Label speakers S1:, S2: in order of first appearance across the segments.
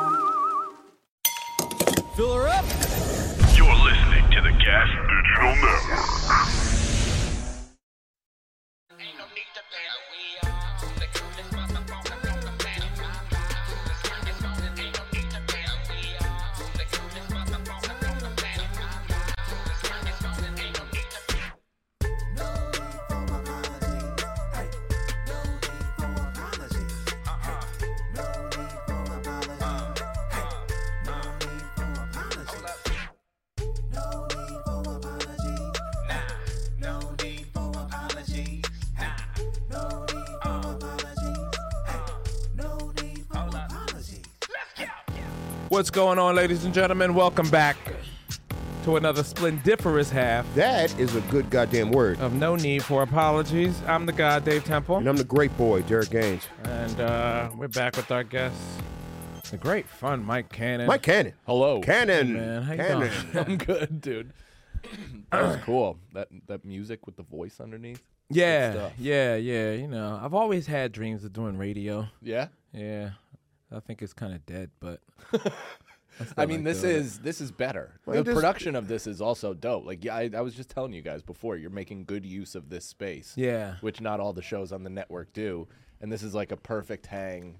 S1: her up.
S2: You're listening to the Gas Digital Network.
S3: What's going on, ladies and gentlemen? Welcome back to another splendiferous half
S4: That is a good goddamn word.
S3: of No Need for Apologies. I'm the God Dave Temple,
S4: And I'm the great boy, Derek Gaines.
S3: and uh, we're back with our guests, the great fun Mike Cannon.
S4: Mike Cannon.
S5: Hello.
S4: Cannon.
S3: man, how you
S4: Cannon.
S3: doing?
S5: I'm good, dude. That was cool. That that music with the voice underneath.
S3: yeah,
S5: stuff.
S3: yeah, yeah. You know, I've always had dreams of doing radio.
S5: Yeah.
S3: Yeah, I think it's kind of dead, but
S5: I mean,
S3: like
S5: this
S3: doing it.
S5: is this is better.
S4: you
S5: the
S4: just-
S5: production of this is also dope. Like, yeah, I, I was just telling you guys before, you're making good use of this space.
S3: Yeah.
S5: Which not all the shows on the network do, and this is like a perfect hang.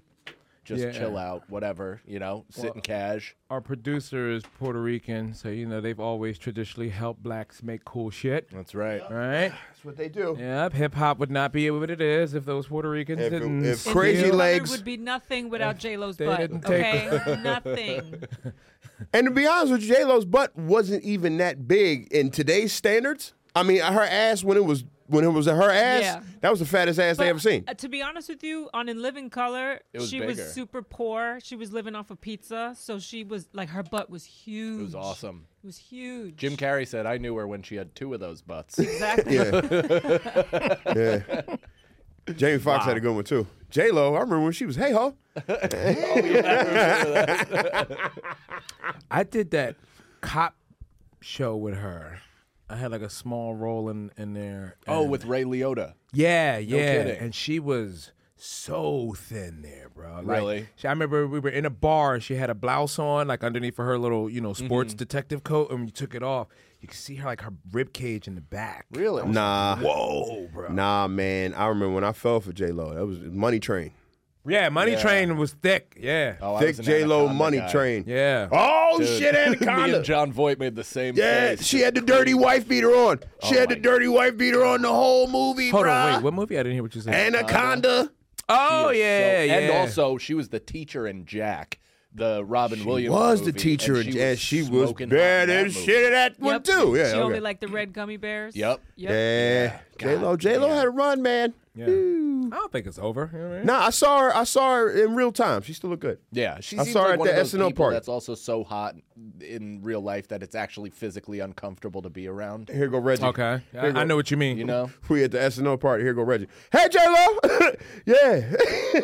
S5: Just
S3: Yeah.
S5: chill out, whatever. You know, sit in cash.
S3: our producer is Puerto Rican, so you know they've always traditionally helped blacks make cool shit.
S5: That's right.
S3: Right?
S4: That's what they do.
S3: Yep. Hip hop would not be what it is if those Puerto Ricans
S4: If it-
S3: didn't.
S4: if
S3: steal-
S4: Crazy
S6: Leonard
S4: legs.
S6: would be nothing without J Lo's
S3: they
S6: butt.
S3: didn't take-
S6: Okay, nothing.
S4: And to be honest with you, J Lo's butt wasn't even that big in today's standards. I mean, her ass when it was when it was her ass,
S6: Yeah.
S4: that was the fattest ass
S6: But,
S4: they ever seen.
S6: uh, to be honest with you, on In Living Color,
S5: It was
S6: she
S5: bigger.
S6: was super poor. She was living off of pizza, so she was like her butt was huge.
S5: It was awesome.
S6: It was huge.
S5: Jim Carrey said, "I knew her when she had two of those butts."
S6: Exactly.
S4: yeah. Jamie Foxx had a good one too. J Lo, I remember when she was hey ho.
S3: I did that cop show with her. I had like a small role in in there.
S5: oh,
S3: and-
S5: with Ray Liotta.
S3: yeah, yeah,
S5: kidding.
S3: and she was so thin there, bro. Like,
S5: Really?
S3: she- I remember we were in a bar. She had a blouse on, like underneath of her little, you know, sports
S4: Mm-hmm.
S3: detective coat, and when you took it off, you could see her like her rib cage in the back.
S5: Really?
S4: Nah,
S3: Whoa, bro.
S4: nah, man. I remember when I fell for J Lo. That was Money Train,
S3: Yeah, Money Train was thick. Yeah.
S5: Oh, I was
S4: thick
S5: an
S4: J Lo
S5: Anaconda
S4: Money
S5: guy.
S4: Train.
S3: Yeah.
S4: Oh
S5: Dude,
S4: shit,
S5: Me
S4: Anaconda.
S5: and John Voight made the same.
S4: Yeah,
S5: face.
S4: she had the dirty wife beater on. She
S5: Oh
S4: had
S5: my
S4: the dirty wife beater on the whole movie,
S3: Hold
S4: bruh.
S3: on, wait. What movie? I didn't hear what you said.
S4: Anaconda.
S3: oh,
S5: So-
S3: yeah, yeah.
S5: And also, she was the teacher in Jack, the Robin Williams.
S4: was the
S5: movie,
S4: teacher, and,
S5: and
S4: and she was
S5: smoking hot
S4: bad
S5: in that
S4: as
S5: movie.
S4: shit at that one
S6: Yep.
S4: too. Yeah,
S6: she
S4: okay.
S6: only liked the red gummy bears.
S5: Yep.
S6: Yep.
S4: yeah. J Lo, J Lo had a run, man.
S3: Yeah. I don't think it's over. You know what I mean?
S4: Nah, I saw her. I saw her in real time. She still looked good.
S5: Yeah, she
S4: I
S5: seems
S4: saw her
S5: like
S4: at
S5: one
S4: the
S5: of those
S4: SNL
S5: people
S4: party.
S5: that's also so hot in real life that it's actually physically uncomfortable to be around.
S4: Here go Reggie.
S3: Okay.
S4: Here go-
S3: I, I know what you mean.
S5: You know,
S4: We at the SNL party. Here go Reggie. Hey J Lo. yeah.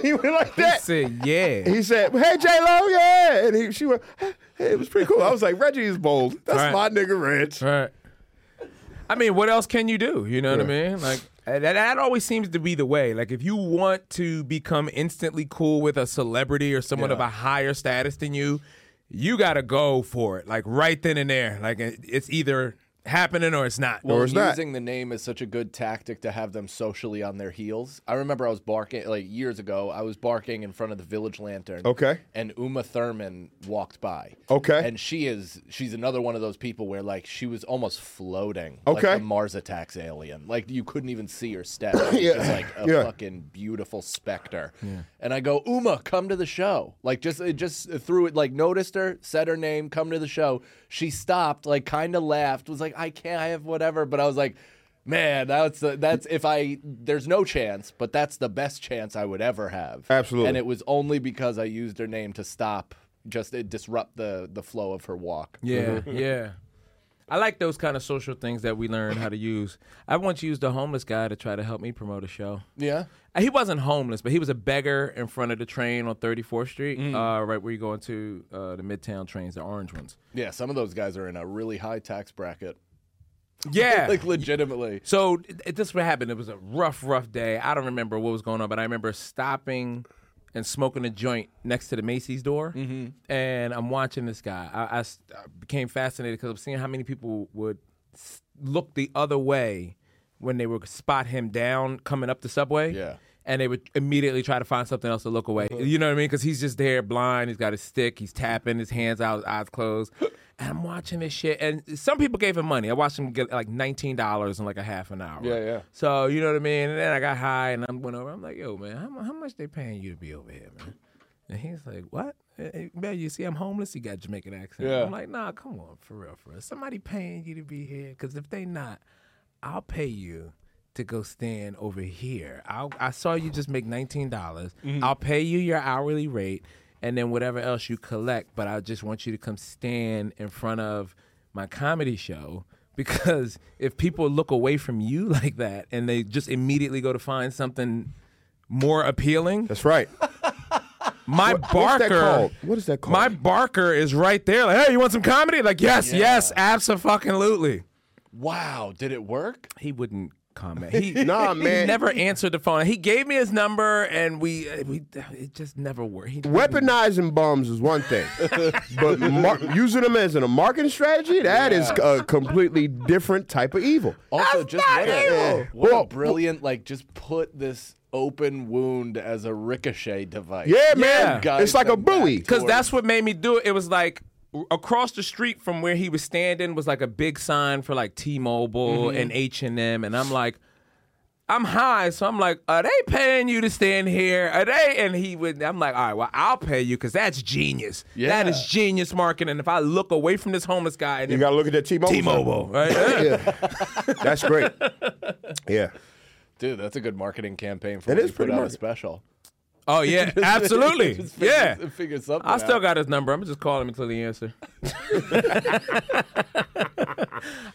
S4: he went like
S3: He
S4: that.
S3: said, yeah.
S4: He said, "Hey J Lo, yeah," and he, she went. Hey, it was pretty cool. I was like, Reggie is bold. That's
S3: Right.
S4: my nigga, Reg.
S3: All right. I mean, what else can you do? You know what I mean? Like, and that, that always seems to be the way. Like, if you want to become instantly cool with a celebrity or someone of a higher status than you, you got to go for it. Like, right then and there. Like, it- it's either happening or it's not.
S4: Or
S5: Well,
S4: it's not.
S5: using the name is such a good tactic to have them socially on their heels. I remember I was barking like years ago. I was barking in front of the Village Lantern.
S4: Okay.
S5: And Uma Thurman walked by.
S4: Okay.
S5: And she is she's another one of those people where like she was almost floating.
S4: Okay.
S5: Like a Mars attacks alien. Like you couldn't even see her step. She
S4: Yeah.
S5: was like a
S4: Yeah.
S5: fucking beautiful specter. And I go, Uma, come to the show. Like just it just threw it like noticed her, said her name, come to the show. She stopped, like kind of laughed, was like, I can't, I have whatever. But I was like, man, that's that's if I there's no chance, but that's the best chance I would ever have.
S4: Absolutely.
S5: And it was only because I used her name to stop. just it disrupt the the flow of her walk.
S3: Yeah, yeah. Mm-hmm. I like those kind of social things that we learn how to use. I once used a homeless guy to try to help me promote a show.
S5: Yeah.
S3: Uh, He wasn't homeless, but he was a beggar in front of the train on 34th Street, uh, right where you go into uh, the Midtown trains, the orange ones.
S5: Yeah, some of those guys are in a really high tax bracket.
S3: Yeah.
S5: Like legitimately.
S3: So it, it- this is what happened. It was a rough, rough day. I don't remember what was going on, but I remember stopping and smoking a joint next to the Macy's door. And I'm watching this guy. I, I s- I became fascinated because I'm seeing how many people would s- look the other way when they would spot him down coming up the subway.
S5: Yeah.
S3: And they would immediately try to find something else to look away.
S5: Mm-hmm.
S3: You know what I mean? Because he's just there, blind. He's got his stick. He's tapping. His hands out. His eyes closed. And I'm watching this shit. And some people gave him money. I watched him get like nineteen dollars in like a half an hour.
S5: Yeah, yeah.
S3: So you know what I mean? And then I got high, and I went over. I'm like, yo, man, how, mu- how much they paying you to be over here, man? And he's like, what? Eh, eh, Man, you see, I'm homeless. He got Jamaican accent.
S5: Yeah.
S3: I'm like, nah, come on, for real, for real. Somebody paying you to be here? Because if they not, I'll pay you to go stand over here. I'll, I saw you just make nineteen dollars. I'll pay you your hourly rate, and then whatever else you collect. But I just want you to come stand in front of my comedy show because if people look away from you like that and they just immediately go to find something more appealing,
S4: That's right.
S3: my
S4: What's
S3: barker.
S4: that called? What is that called?
S3: My barker is right there. Like, hey, you want some comedy? Like, yes, yes, absolutely.
S5: Wow, did it work?
S3: He wouldn't comment. He
S4: Nah,
S3: he
S4: man.
S3: never answered the phone. He gave me his number, and we uh, we it just never worked. He,
S4: Weaponizing bums is one thing, but mar- using them as a marketing strategy, that is a completely different type of evil.
S5: Also, just what,
S4: evil.
S5: a, what
S4: Well,
S5: a brilliant like just put this open wound as a ricochet device.
S4: Yeah,
S3: Yeah.
S4: man. It's like a buoy.
S3: because that's what made me do it. It was like across the street from where he was standing was like a big sign for like T-Mobile
S5: Mm-hmm.
S3: and H and M, and I'm like. I'm high, so I'm like, are they paying you to stand here? Are they? And he would. I'm like, all right, well, I'll pay you because that's genius. That
S5: Yeah.
S3: is genius marketing. And if I look away from this homeless guy, and
S4: You
S3: then-
S4: gotta look at that T-Mobile.
S3: T-Mobile, right? Yeah.
S4: Yeah. that's great. Yeah.
S5: Dude, that's a good marketing campaign for
S4: That
S5: when
S4: is
S5: you put
S4: pretty
S5: out a
S4: market-
S5: special.
S3: Oh yeah, absolutely.
S5: Just figure-
S3: yeah.
S5: figure something
S3: I still
S5: out.
S3: got his number. I'm just calling him until he answers.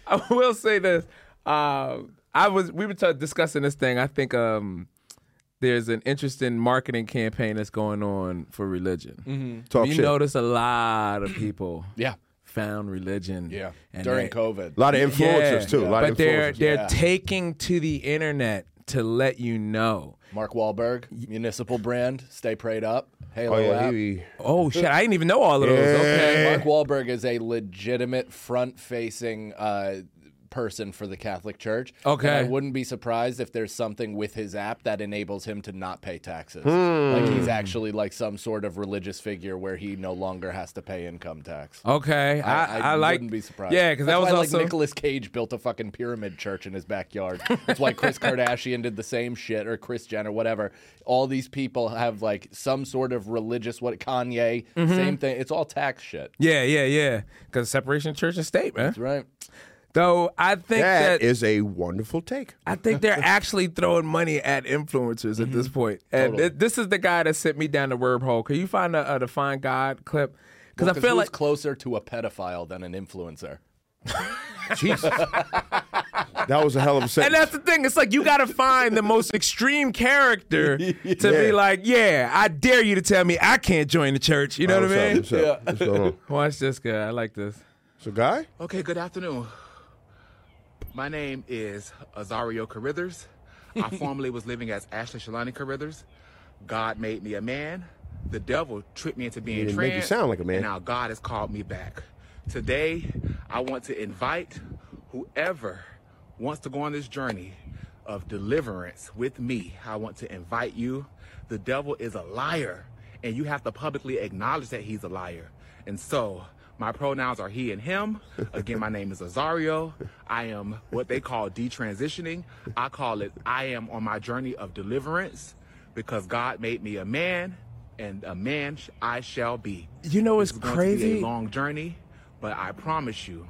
S3: I will say this. Um, I was we were t- discussing this thing. I think um, there's an interesting marketing campaign that's going on for religion.
S4: Talk
S3: you
S4: shit.
S3: notice a lot of people
S5: Mm-hmm. Yeah.
S3: found religion.
S5: Yeah.
S3: and
S5: During
S3: they-
S5: COVID.
S4: A lot of influencers
S3: Yeah,
S4: too. A lot
S3: but
S4: of
S3: they're
S4: influencers.
S3: they're
S5: Yeah.
S3: taking to the internet to let you know.
S5: Mark Wahlberg, municipal brand, stay prayed up. Halo
S4: Oh yeah,
S5: app.
S4: he,
S3: Oh shit! I didn't even know all of those. Okay.
S5: Mark Wahlberg is a legitimate front-facing uh, person for the Catholic Church.
S3: Okay.
S5: and I wouldn't be surprised if there's something with his app that enables him to not pay taxes.
S3: Hmm.
S5: Like he's actually like some sort of religious figure where he no longer has to pay income tax.
S3: Okay, Oh, I, I, like.
S5: wouldn't be surprised.
S3: Yeah, because that
S5: That's
S3: was
S5: why,
S3: also.
S5: like Nicolas Cage built a fucking pyramid church in his backyard. That's why Chris Kardashian did the same shit, or Chris Jenner, whatever. All these people have like some sort of religious what Kanye,
S3: Mm-hmm.
S5: same thing. It's all tax shit.
S3: yeah, yeah, yeah. Because separation of church and state, man.
S5: That's right.
S3: Though I think that,
S4: that is a wonderful take.
S3: I think they're actually throwing money at influencers at this point. And
S5: Mm-hmm. Totally.
S3: thi- this is the guy that sent me down the wormhole. Can you find a, a "Define God" clip? Because I
S5: Because
S3: feel
S5: who's
S3: like
S5: closer to a pedophile than an influencer.
S4: Jesus. that was a hell of a
S3: And
S4: sentence.
S3: that's the thing. It's like you got to find the most extreme character to be
S4: Yeah.
S3: like, yeah, I dare you to tell me I can't join the church. You know what
S4: What's
S3: I
S4: up,
S3: mean?
S4: what's up? What's going on?
S3: Watch this guy. I like this.
S4: So, guy?
S7: Okay, good afternoon. My name is Azario Carithers. I formerly was living as Ashley Shalani Carithers. God made me a man. The devil tricked me into being
S4: didn't
S7: trans.
S4: make you sound like a man.
S7: And now God has called me back. Today, I want to invite whoever wants to go on this journey of deliverance with me. I want to invite you. The devil is a liar, and you have to publicly acknowledge that he's a liar. And so, my pronouns are he and him. Again, my name is Azario. I am what they call detransitioning. I call it I am on my journey of deliverance because God made me a man, and a man sh- I shall be.
S3: You know what's
S7: It's going to be
S3: crazy?
S7: a long journey, but I promise you,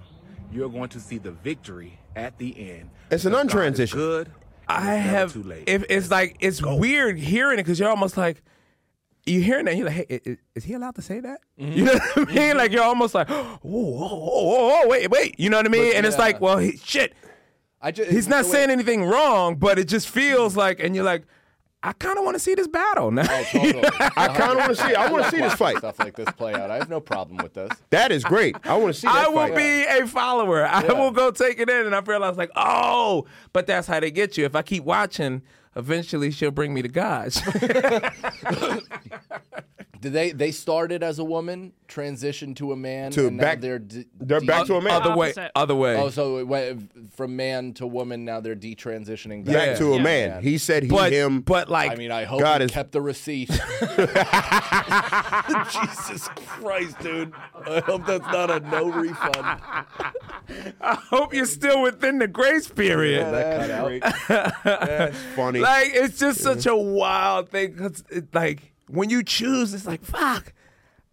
S7: you're going to see the victory at the end.
S4: It's an
S7: Because God is
S4: untransition.
S7: Good. and
S3: I
S7: it's never
S3: have.
S7: Too late.
S3: If it's like it's weird hearing it because you're almost like, you hearing that? You're like, hey, i- i- is, he allowed to say that? You know what I mean? Like you're almost like, whoa, whoa, whoa, whoa, wait, wait. You know what I mean?
S5: But,
S3: and it's
S5: yeah.
S3: like, well, he, shit,
S5: I just
S3: he's not
S5: the way-
S3: saying anything wrong, but it just feels like, and you're like, I kind of want to see this battle now.
S5: Totally.
S4: I kind of want to see. I want to see this
S5: Watching
S4: fight.
S5: Stuff like this play out. I have no problem with this.
S4: That is great. I want to see. That
S3: I will
S4: fight.
S3: be a follower. I
S5: Yeah.
S3: will go take it in, and I realize like, oh, but that's how they get you. If I keep watching, eventually she'll bring me to God.
S5: Did they they started as a woman, transitioned to a man,
S4: To
S5: and
S4: back-
S5: now they're de-
S4: they're
S5: de-
S4: back to a man.
S3: other way,
S6: Opposite.
S3: other way.
S5: Oh, so it went from man to woman. Now they're detransitioning back,
S4: back
S3: Yeah.
S4: to a man. He said he
S3: but
S4: him.
S3: but like,
S5: I mean, I hope
S4: God
S5: he
S4: is-
S5: kept the receipt. Jesus Christ, dude! I hope that's not a no refund.
S3: I hope you're still within the grace period.
S4: funny.
S3: Like it's just such a wild thing. Cause it, like when you choose, it's like fuck.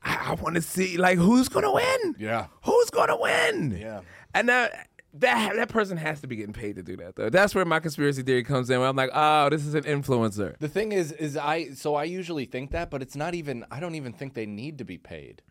S3: I, I want to see like who's gonna win.
S5: Yeah.
S3: Who's gonna win?
S5: Yeah.
S3: And that that that person has to be getting paid to do that though. That's where my conspiracy theory comes in. Where I'm like, oh, this is an influencer.
S5: The thing is, is I so I usually think that, but it's not even. I don't even think they need to be paid.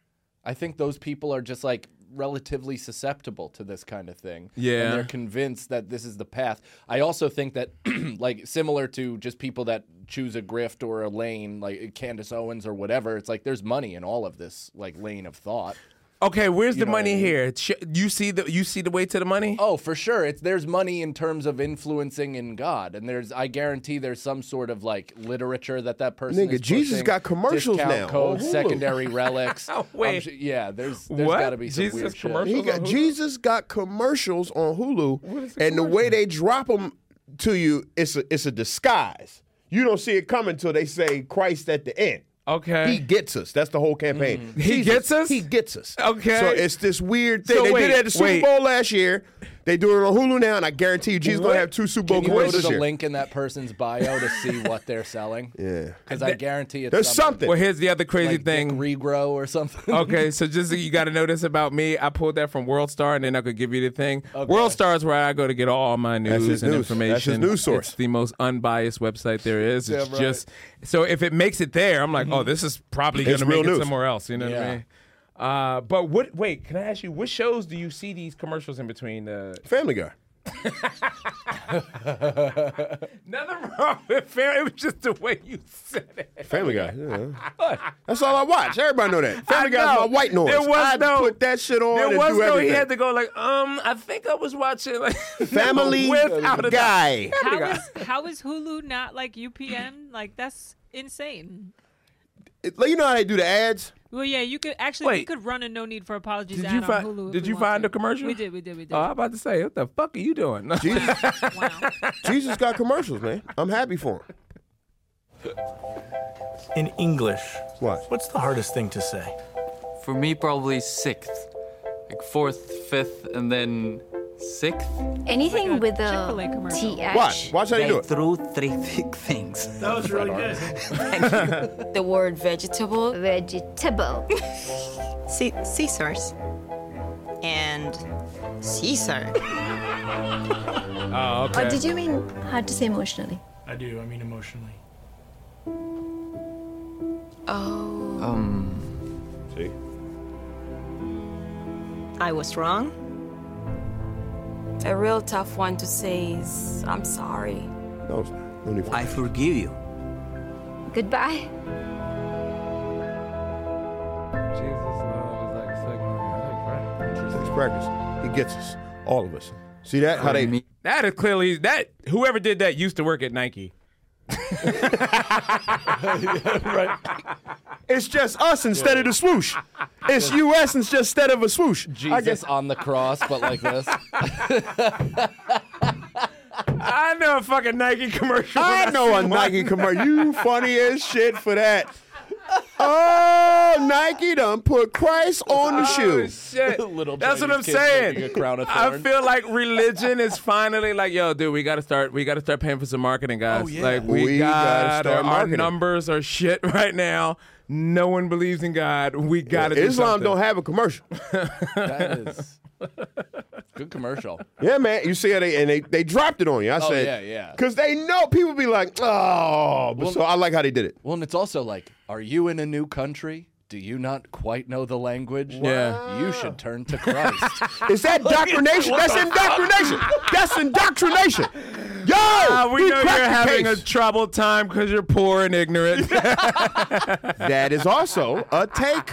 S5: I think those people are just like relatively susceptible to this kind of thing.
S3: Yeah.
S5: and they're convinced that this is the path. I also think that, like, similar to just people that choose a grift or a lane, like Candace Owens or whatever. It's like there's money in all of this like lane of thought.
S3: Okay, where's the
S5: know what
S3: money
S5: I mean?
S3: here? Sh- You see the you see the way to the money?
S5: Oh, for sure. It's there's money in terms of influencing in God, and there's I guarantee there's some sort of like literature that that person.
S4: Nigga,
S5: is
S4: Jesus
S5: pushing,
S4: got commercials
S5: discount
S4: now Oh. on
S5: Codes,
S4: Hulu.
S5: secondary relics. I'm
S3: Wait.
S5: su- yeah, there's there's
S3: What?
S5: got to be some
S3: Jesus
S5: weird shit.
S3: commercial?
S4: he got,
S3: Hulu?
S4: Jesus got commercials on Hulu, and the way they drop them to you, it's a, it's a disguise. You don't see it coming till they say Christ at the end.
S3: Okay. Mm.
S4: He gets us. That's the whole campaign.
S3: He gets us?
S4: He gets us.
S3: Okay.
S4: So it's this weird thing.
S3: So
S4: they
S3: wait,
S4: did it at the Super
S3: wait.
S4: Bowl last year. They do it on Hulu now, and I guarantee you, Jesus going
S3: What?
S4: to have two Super Bowl
S5: Can you go
S4: commercials
S5: to
S4: this
S5: the
S4: year.
S5: link in that person's bio to see what they're selling? Yeah, because I guarantee it's
S4: There's
S5: something,
S4: something.
S3: Well, here's the other crazy
S5: like
S3: thing.
S5: Dick regrow or something.
S3: Okay, so just so you got to know this about me. I pulled that from World Star, and then I could give you the thing. World Star is where I go to get all my news
S4: That's his
S3: and
S4: news.
S3: information.
S4: That's his news source.
S3: It's the most unbiased website there is. It's just so if it makes it there, I'm like, oh, this is probably going
S4: Mm-hmm. It's
S3: to make
S4: real
S3: it
S4: news.
S3: somewhere else. You know what I
S5: Yeah.
S3: mean? Uh, but what? Wait, can I ask you? What shows do you see these commercials in between? Uh,
S4: Family Guy.
S3: nothing wrong with fair. It was just the way you said it.
S4: Family Guy. yeah. That's all I watch. Everybody know that. Family
S3: I
S4: Guy's
S3: know.
S4: my white noise.
S3: There was
S4: I
S3: no-
S4: put that shit on.
S3: There
S4: and
S3: was
S4: do
S3: no. He
S4: everything.
S3: had to go like, um, I think I was watching like
S4: Family
S3: without a doubt.
S4: Guy.
S6: How is, how is Hulu not like UPN? Like that's insane.
S4: It- like, You know how they do the ads?
S6: Well, yeah, you could actually
S3: Wait.
S6: you could run a no need for apologies
S3: Did
S6: ad
S3: you
S6: on
S3: find-
S6: Hulu. if
S3: did
S6: we
S3: you
S6: want
S3: find
S6: to.
S3: a commercial?
S6: We did, we did, we did.
S3: Oh, I'm about to say, what the fuck are you doing?
S4: Jesus,
S6: wow.
S4: Jesus got commercials, man. I'm happy for him.
S8: In English,
S4: What?
S8: what's the hardest thing to say?
S9: For me, probably sixth. Like fourth, fifth, and then sixth.
S6: Anything with a Oh Chick-fil-A commercial.
S4: Watch. Watch how they do it.
S9: threw three big things.
S8: That was really good.
S10: The word vegetable. Vegetable. C- Caesar's. And Caesar.
S3: Oh, okay.
S10: you mean hard to say emotionally?
S8: I do, I mean emotionally.
S10: Oh.
S9: Um,
S4: See?
S10: I was wrong. A real tough one to say is I'm sorry.
S4: No, it's not. no need for
S9: I forgive you.
S10: Goodbye.
S4: It's practice. He gets us. All of us. See that? How they.
S9: Me-
S3: That is clearly that whoever did that used to work at Nike.
S4: It's just us instead of the swoosh. It's US instead of a swoosh. I
S5: Jesus
S4: guess.
S5: on the cross, but like this.
S3: I know a fucking Nike commercial. when
S4: I know
S3: see
S4: a
S3: one.
S4: Nike commercial. You funny as shit for that. Oh, Nike done put Christ on the
S3: Oh,
S4: shoe.
S3: shit.
S5: Little
S3: That's what
S5: Chinese
S3: I'm
S5: kid
S3: saying.
S5: making a crown of
S3: I
S5: thorns.
S3: feel like religion is finally like, yo, dude, we gotta start. We gotta start paying for some marketing, guys.
S5: Oh, yeah.
S3: Like we,
S4: We
S3: gotta,
S4: gotta start
S3: our
S4: marketing.
S3: numbers are shit right now. No one believes in God. We gotta. do
S4: Islam
S3: something.
S4: don't have a commercial.
S5: that is good commercial.
S4: Yeah, man. You see how they and they, they dropped it on you. I
S5: Oh,
S4: said,
S5: yeah, yeah.
S4: Because they know people be like, oh. But so I like how they did it.
S5: Well, and it's also like, Are you in a new country? Do you not quite know the language?
S4: Yeah.
S5: You should turn to Christ.
S4: Is that
S5: Look at-
S4: indoctrination?
S5: what
S4: That's
S5: the
S4: indoctrination. That's indoctrination. Yo,
S3: Ah, we
S4: he
S3: know you're
S4: cracked the
S3: having
S4: case.
S3: a troubled time because you're poor and ignorant.
S4: that is also a take.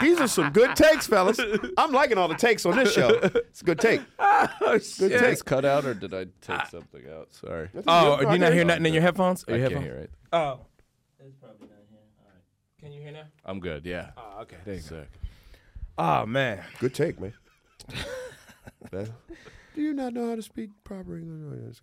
S4: These are some good takes, fellas. I'm liking all the takes on this show. It's a good take.
S3: oh,
S4: Good
S5: Did
S4: take.
S5: this cut out or did I take something out? Sorry.
S3: Oh, you not hear nothing in your headphones? Or
S5: I
S3: your
S5: can't
S3: headphones?
S5: hear it.
S3: Oh. It's probably not here. All right. Can you hear now?
S5: I'm good, yeah.
S3: Oh, okay. There you go.
S5: Sick.
S3: Oh, man.
S4: Good take, man. Do you not know how to speak proper English?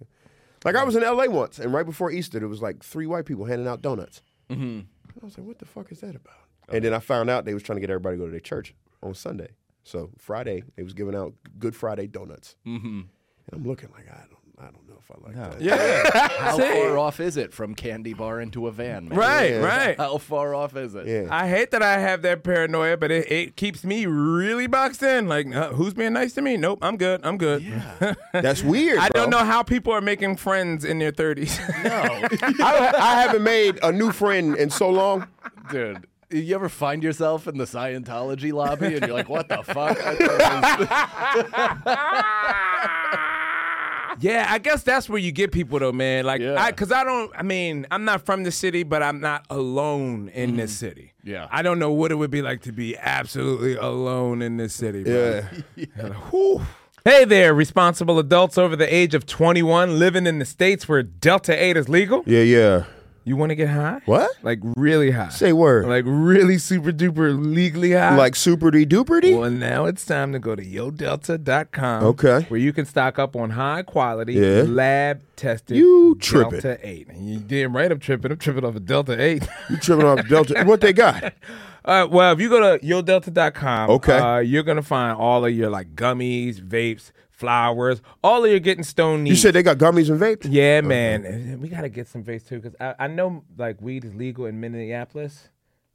S4: Like I was in LA once, and right before Easter, there was like three white people handing out donuts.
S5: Mm-hmm.
S4: I was like, what the fuck is that about? And then I found out they was trying to get everybody to go to their church on Sunday. So Friday, they was giving out Good Friday donuts.
S5: Mm-hmm.
S4: And I'm looking like I don't, I don't know if I like that.
S5: Yeah. How far off is it from candy bar into a van? Man?
S3: Right, Yeah. right.
S5: How far off is it?
S4: Yeah.
S3: I hate that I have that paranoia, but it, it keeps me really boxed in. Like, uh, who's being nice to me? Nope, I'm good. I'm good.
S4: That's weird.
S3: I
S4: bro.
S3: don't know how people are making friends in their 30s.
S4: I, I haven't made a new friend in so long.
S5: Dude, you ever find yourself in the Scientology lobby and you're like, what the fuck? I thought it was-
S3: yeah, I guess that's where you get people though, man. Like, I because I don't. I mean, I'm not from the city, but I'm not alone in
S4: Mm.
S3: this city.
S5: Yeah.
S3: I don't know what it would be like to be absolutely alone in this city. bro. Hey there, responsible adults over the age of 21 living in the states where Delta 8 is legal.
S4: Yeah, yeah.
S3: You want to get high?
S4: What?
S3: Like really high.
S4: Say word.
S3: Like really super duper legally high.
S4: Like superty duperty?
S3: Well, now it's time to go to yodelta.com.
S4: Okay.
S3: Where you can stock up on high quality,
S4: Yeah.
S3: lab tested
S4: You tripping.
S3: Delta 8. And you damn right I'm tripping. I'm tripping off a Delta 8.
S4: You tripping off Delta? What they got?
S3: Uh, well, if you go to yourdelta.com,
S4: Okay.
S3: uh, you're going to find all of your like gummies, vapes, flowers, all of your getting stone
S4: You
S3: needs.
S4: said they got gummies and vapes.
S3: yeah, man. And We got to get some vapes too because I, I know like weed is legal in Minneapolis,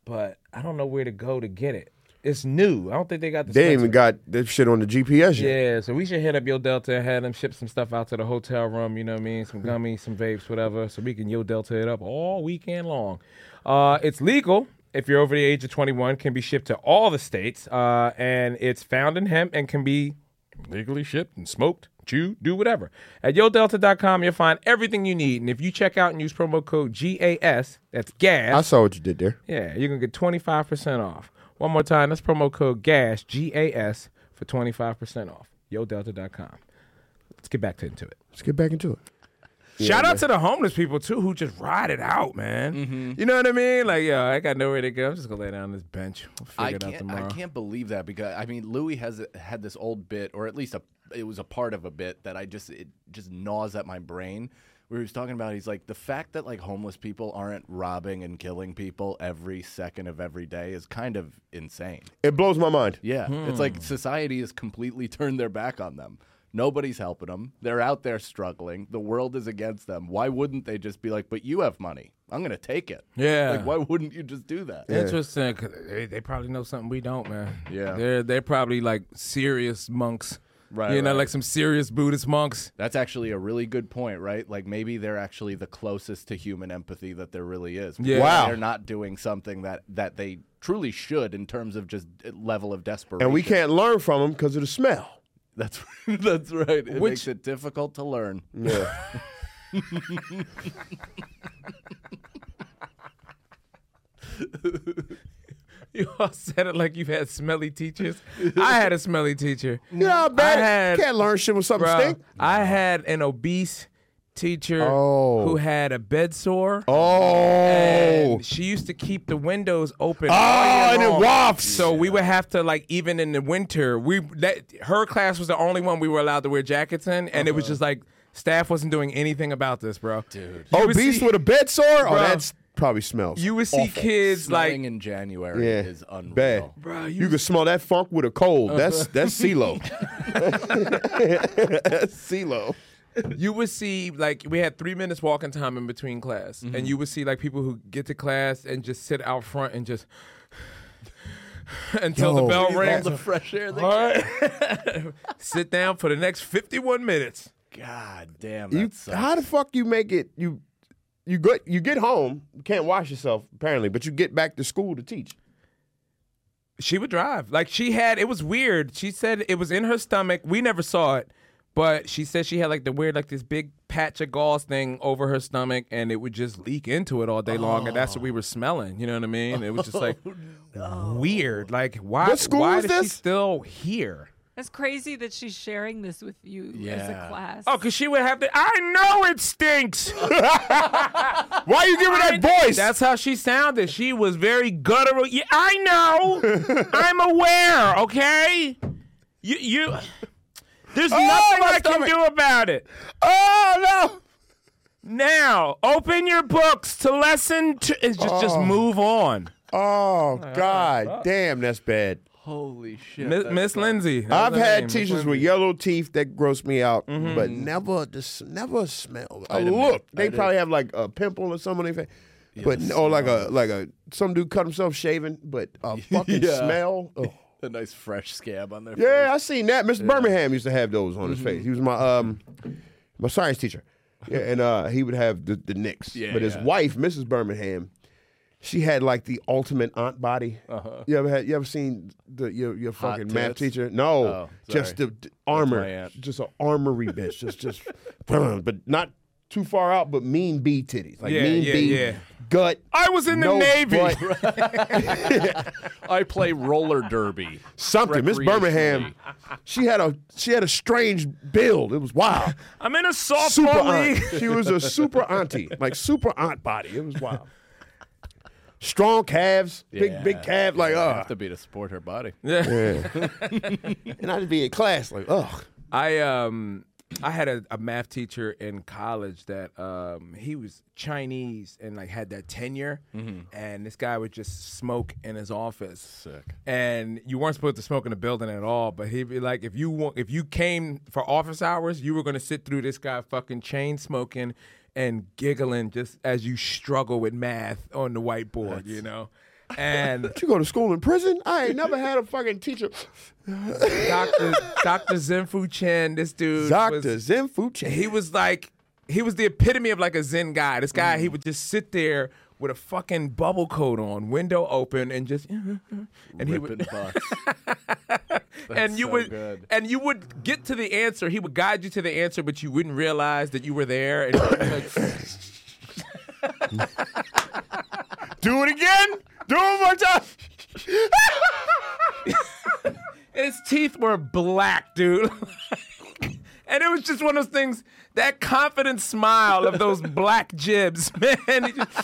S3: but I don't know where to go to get it. It's new. I don't think they got the
S4: They ain't even got that shit on the GPS yet.
S3: yeah, so we should hit up Yo Delta and have them ship some stuff out to the hotel room, you know what I mean? Some gummies, some vapes, whatever, so we can Yo Delta it up all weekend long. Uh, it's legal if you're over the age of 21, can be shipped to all the states, uh, and it's found in hemp and can be legally shipped and smoked, chewed, do whatever. At yodelta.com, you'll find everything you need, and if you check out and use promo code GAS, that's GAS.
S4: I saw what you did there.
S3: Yeah, you're gonna get 25% off. One more time, that's promo code GAS, G A S, for 25% off. YoDelta.com. Let's get back to into it.
S4: Let's get back into it.
S3: Shout out to the homeless people too who just ride it out, man.
S5: Mm-hmm.
S3: You know what I mean? Like, yo, I got nowhere to go. I'm just gonna lay down on this bench. We'll figure
S5: I
S3: it out
S5: can't,
S3: tomorrow.
S5: I can't believe that because, I mean, Louis has had this old bit, or at least a, it was a part of a bit that I just, it just gnaws at my brain. Where he was talking about, he's like, the fact that like homeless people aren't robbing and killing people every second of every day is kind of insane.
S4: It blows my mind.
S5: Yeah, it's
S3: Hmm.
S5: like society has completely turned their back on them. Nobody's helping them. They're out there struggling. The world is against them. Why wouldn't they just be like, "But you have money. I'm going to take it."
S3: Yeah.
S5: Like, why wouldn't you just do that?
S3: Interesting. 'cause they, they probably know something we don't, man.
S5: Yeah.
S3: they're they're probably like serious monks,
S5: Right,
S3: You know,
S5: right.
S3: like some serious Buddhist monks.
S5: That's actually a really good point, right? Like maybe they're actually the closest to human empathy that there really is.
S3: Yeah.
S4: Wow.
S5: They're not doing something that that they truly should in terms of just level of desperation.
S4: And we can't learn from them because of the smell.
S5: That's that's right. It
S3: Which-
S5: makes it difficult to learn.
S4: Yeah.
S3: You all said it like you've had smelly teachers. I had a smelly teacher.
S4: you know how bad
S3: I had-
S4: can't learn shit when something
S3: Bruh,
S4: stink.
S3: I had an obese teacher
S4: Oh.
S3: who had a bed sore.
S4: Oh.
S3: And she used to keep the windows open. Oh,
S4: Ah, and it wafts.
S3: So we would have to like even in the winter, we that her class was the only one we were allowed to wear jackets in, and it
S4: Uh-huh.
S3: was just like staff wasn't doing anything about this, bro. Dude, you would
S4: Obese
S3: see,
S4: Oh, with a bed sore? Oh,
S3: Bruh.
S4: that's probably smells.
S3: you would see kids
S5: Smelling
S3: like
S5: in January
S4: yeah.
S5: is unreal.
S4: Bad.
S3: Bruh,
S4: you,
S3: you-
S4: can smell that funk with a cold. That's that's CeeLo. that's CeeLo.
S3: you would see like we had three minutes walking time in between class, and you would see like people who get to class and just sit out front and just until
S4: Yo.
S3: the bell
S4: Breathe
S3: rings.
S5: The fresh air. They
S3: All right, sit down for the next fifty-one minutes.
S5: God damn, that
S4: You,
S5: sucks.
S4: how the fuck you make it you you get you get home, you can't wash yourself apparently, but you get back to school to teach.
S3: She would drive. Like she had it was weird. She said it was in her stomach. We never saw it, but she said she had like the weird like this big patch of gauze thing over her stomach and it would just leak into it all day long and that's what
S4: Oh.
S3: we were smelling, you know what I mean? It was just like weird. Like why
S4: What school
S3: why
S4: was
S3: is she
S4: this?
S3: still here?
S6: That's crazy that she's sharing this with you as a
S3: Yeah.
S6: class.
S3: Oh, cuz she would have the I know it stinks.
S4: Why you giving that voice?
S3: That's how she sounded. She was very guttural. Yeah, I know. I'm aware, okay? You you There's
S1: Oh,
S3: nothing
S1: my
S3: I
S1: stomach.
S3: can do about it.
S4: Oh
S3: no. Now, open your books to lesson 2. It's just just
S4: Oh.
S3: move on.
S4: Oh God,
S3: fuck.
S4: damn, that's bad.
S5: Holy shit.
S3: Miss, Miss Lindsay. that was
S4: I've
S3: her
S4: had
S3: name, Miss
S4: teachers
S3: Lindsay.
S4: with yellow teeth that gross me out,
S3: Mhm.
S4: but never just never smell.
S3: Wait a
S4: I
S3: minute.
S4: look, they
S3: I did.
S4: probably have like a pimple or something on their face. But or like a like a some dude cut himself shaving, but a fucking
S5: Yeah.
S4: smell. Ugh.
S5: A nice fresh scab on their
S4: Yeah, I seen that. Mr. Birmingham used to have those on
S5: Mm-hmm.
S4: his face. He was my um my science teacher. Yeah, and uh he would have the, the nicks.
S5: Yeah,
S4: but his
S5: yeah.
S4: wife, Mrs. Birmingham, she had like the ultimate aunt body.
S5: Uh-huh.
S4: You ever had you ever seen the your your
S5: Hot
S4: fucking math
S5: tits?
S4: teacher? No.
S5: Oh,
S4: just the
S5: sorry.
S4: d-
S5: my
S4: armor.
S5: aunt.
S4: Just an armory bitch. Just just but not too far out, but mean B titties. Like
S5: Yeah,
S4: mean
S5: yeah,
S4: B
S5: yeah.
S4: gut.
S3: I was in the
S4: no
S3: Navy.
S4: butt,
S5: I play roller derby.
S4: something. Miss Birmingham, she had a she had a strange build. It was wild.
S3: I'm in a softball
S4: super
S3: league.
S4: aunt. She was a super auntie, like super aunt body. It was wild. Strong calves, big big calf, like
S5: I
S4: uh.
S5: have to be to support her body.
S4: Yeah. and I'd be in class like, ugh.
S3: I um I had a, a math teacher in college that um he was Chinese and like had that tenure and this guy would just smoke in his office. Sick. And you weren't supposed to smoke in the building at all, but he'd be like if you want if you came for office hours, you were gonna sit through this guy fucking chain smoking and giggling just as you struggle with math on the whiteboard, you know? And
S4: Did you go to school in prison? I ain't never had a fucking teacher.
S3: Doctor Doctor Zenfu Chen, this dude.
S4: Dr.
S3: was-
S4: Zenfu Chen.
S3: He was like, he was the epitome of like a Zen guy. This guy, he
S5: Mm.
S3: would just sit there with a fucking bubble coat on, window open, and just and he would. and you
S5: so
S3: would
S5: good.
S3: and you would get to the answer. He would guide you to the answer, but you wouldn't realize that you were there. And you'd be like,
S4: Do it again. Do it one more time.
S3: His teeth were black, dude. and it was just one of those things, that confident smile of those black jibs, man. He just-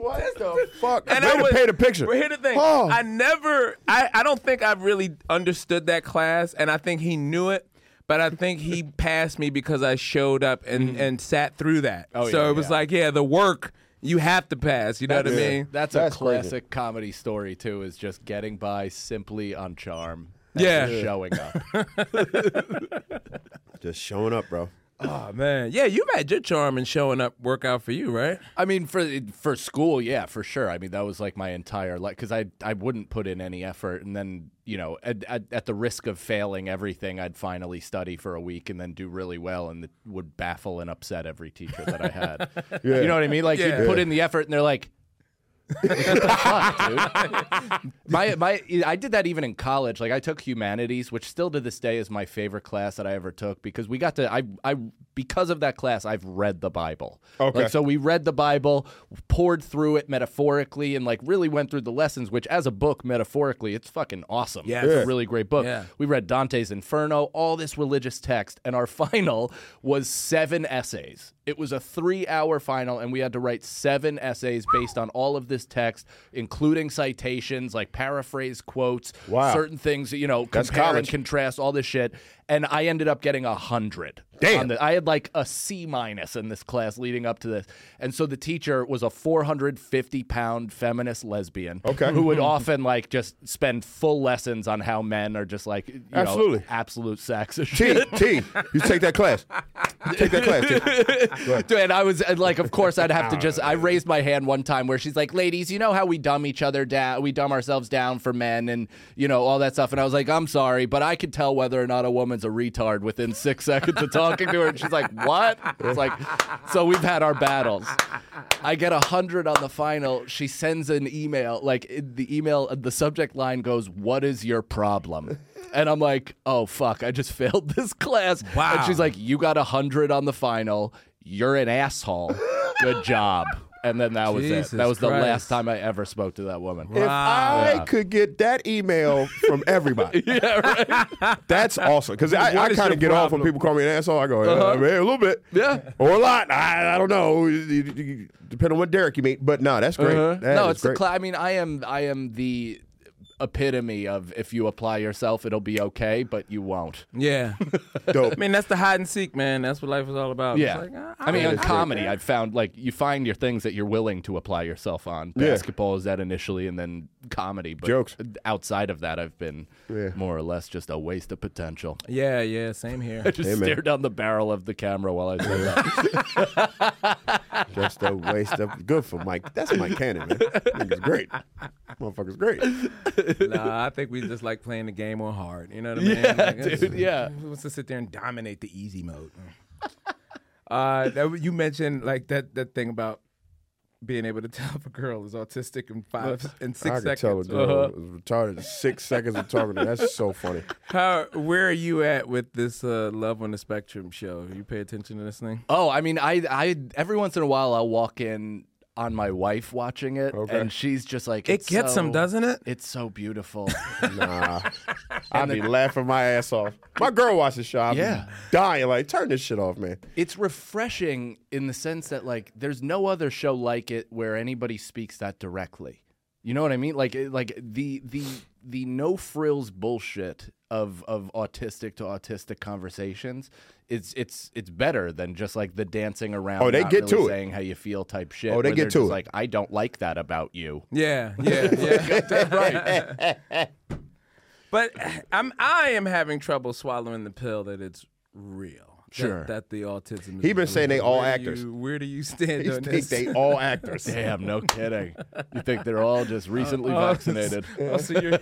S4: What the fuck?
S3: And
S4: Way
S3: I
S4: to
S3: was-
S4: paint a picture.
S3: But here's the thing.
S4: Oh.
S3: I never, I, I don't think I really understood that class, and I think he knew it. But I think he passed me because I showed up and, and sat through that.
S5: Mm-hmm. Oh,
S3: so
S5: yeah,
S3: it was
S5: yeah.
S3: like, yeah, the work you have to pass. You know what I
S5: That's-
S3: mean?
S5: That's,
S3: That's
S5: a
S3: crazy.
S5: classic comedy story too. Is just getting by simply on charm. and
S3: Yeah.
S5: just showing up.
S4: Just showing up, bro.
S3: Oh man, yeah, you've had your charm and showing up work out for you, right?
S5: I mean, for for school, yeah, for sure. I mean, that was like my entire life because I I wouldn't put in any effort, and then you know, at, at, at the risk of failing everything, I'd finally study for a week and then do really well, and it would baffle and upset every teacher that I had.
S4: Yeah.
S5: You know what I mean? Like
S3: Yeah.
S5: you'd put in the effort, and they're like. "What the fuck, dude?" my my I did that even in college. Like I took humanities, which still to this day is my favorite class that I ever took because we got to I I because of that class I've read the Bible.
S4: Okay.
S5: Like, so we read the Bible, poured through it metaphorically, and like really went through the lessons. Which, as a book, metaphorically, it's fucking awesome.
S3: Yes.
S5: it's
S3: Yeah.
S5: a really great book.
S3: Yeah.
S5: We read Dante's Inferno, all this religious text, and our final was seven essays. It was a three-hour final, and we had to write seven essays based on all of this text, including citations, like paraphrase quotes,
S4: Wow.
S5: certain things, you know,
S4: That's
S5: compare and
S4: college.
S5: contrast, all this shit. And I ended up getting a hundred.
S4: Damn.
S5: on the- I had like a C minus in this class leading up to this, and so the teacher was a 450 pound feminist lesbian,
S4: Okay. Hmm.
S5: who would often like just spend full lessons on how men are just like you know,
S4: Absolutely.
S5: absolute sex. and
S4: T
S5: shit.
S4: T, you take that class. Take that class.
S5: and I was and like, of course, I'd have to just. I raised my hand one time where she's like, "Ladies, you know how we dumb each other down, we dumb ourselves down for men, and you know all that stuff." And I was like, "I'm sorry, but I could tell whether or not a woman's a retard within six seconds of talking to her." And she's like, "What?" It's like, so we've had our battles. I get a hundred on the final. She sends an email. Like in the email, uh, the subject line goes, "What is your problem?" And I'm like, "Oh fuck, I just failed this class."
S3: Wow.
S5: And she's like, "You got a hundred on the final. You're an asshole. Good job." And then that was
S3: Jesus
S5: it. That was the
S3: Christ.
S5: last time I ever spoke to that woman.
S4: If I
S5: Yeah.
S4: could get that email from everybody, that's awesome. Because I,
S5: What
S4: I
S5: is
S4: kind
S5: your
S4: of get off when
S5: problem?
S4: people call me an asshole. I go,
S5: Uh-huh.
S4: uh, man, a little bit,
S5: yeah,
S4: or a lot. I, I don't know. You- you- you- Depending on what Derek you meet, but no, that's great.
S5: Uh-huh.
S4: That
S5: no,
S4: is
S5: it's the.
S4: great.
S5: Cl- I mean, I am. I am the epitome of if you apply yourself, it'll be okay, but you won't.
S3: Yeah.
S4: Dope.
S3: I mean, that's the hide and seek, man. That's what life is all about. It's
S5: Yeah.
S3: like, ah,
S5: I mean,
S3: don't
S5: on
S3: know.
S5: comedy, I've found like you find your things that you're willing to apply yourself on.
S4: Yeah.
S5: Basketball is that initially, and then comedy. But
S4: Jokes.
S5: Outside of that, I've been
S4: Yeah.
S5: more or less just a waste of potential.
S3: Yeah, yeah, same here.
S5: I just
S4: Amen.
S5: stare down the barrel of the camera while I say that.
S4: Just a waste of good for Mike. That's Mike Cannon, man. Nigga's great. Motherfucker's great.
S3: nah, I think we just like playing the game on hard. You know what I mean?
S5: Yeah,
S3: Like, it's-
S5: dude, yeah.
S3: Who wants to sit there and dominate the easy mode? uh, that, you mentioned like that that thing about being able to tell if a girl is autistic in five in six
S4: I could
S3: seconds.
S4: tell a girl
S3: Uh-huh.
S4: was retarded in six seconds of talking. to her. That's so funny.
S3: How where are you at with this uh, love on the spectrum show? You pay attention to this thing?
S5: Oh, I mean, I, I every once in a while I'll walk in on my wife watching it,
S4: Okay.
S5: and she's just like,
S3: It
S5: "It's
S3: gets
S5: so,
S3: them, doesn't it?
S5: It's so beautiful.
S4: Nah, I be laughing my ass off. My girl watches show. I
S5: Yeah.
S4: yeah. dying. Like, turn this shit off, man.
S5: it's refreshing in the sense that like there's no other show like it where anybody speaks that directly. You know what I mean? Like it- like the the the no frills bullshit of of autistic to autistic conversations. It's it's it's better than just like the dancing around.
S4: Oh, they
S5: not
S4: get
S5: really
S4: to it.
S5: saying how you feel type shit.
S4: Oh, they
S5: where
S4: get
S5: they're
S4: to
S5: just
S4: it.
S5: Like I don't like that about you.
S3: Yeah, yeah, yeah.
S5: right.
S3: But I'm I am having trouble swallowing the pill that it's real. That-
S5: Sure.
S3: That, the autism. is
S4: He been
S3: real.
S4: saying they all
S3: Where do
S4: actors.
S3: you- where do you stand
S4: You
S3: on this?
S4: think they all actors?
S5: Damn, no kidding. You think they're all just
S4: Uh,
S5: recently vaccinated?
S3: Oh, so you're,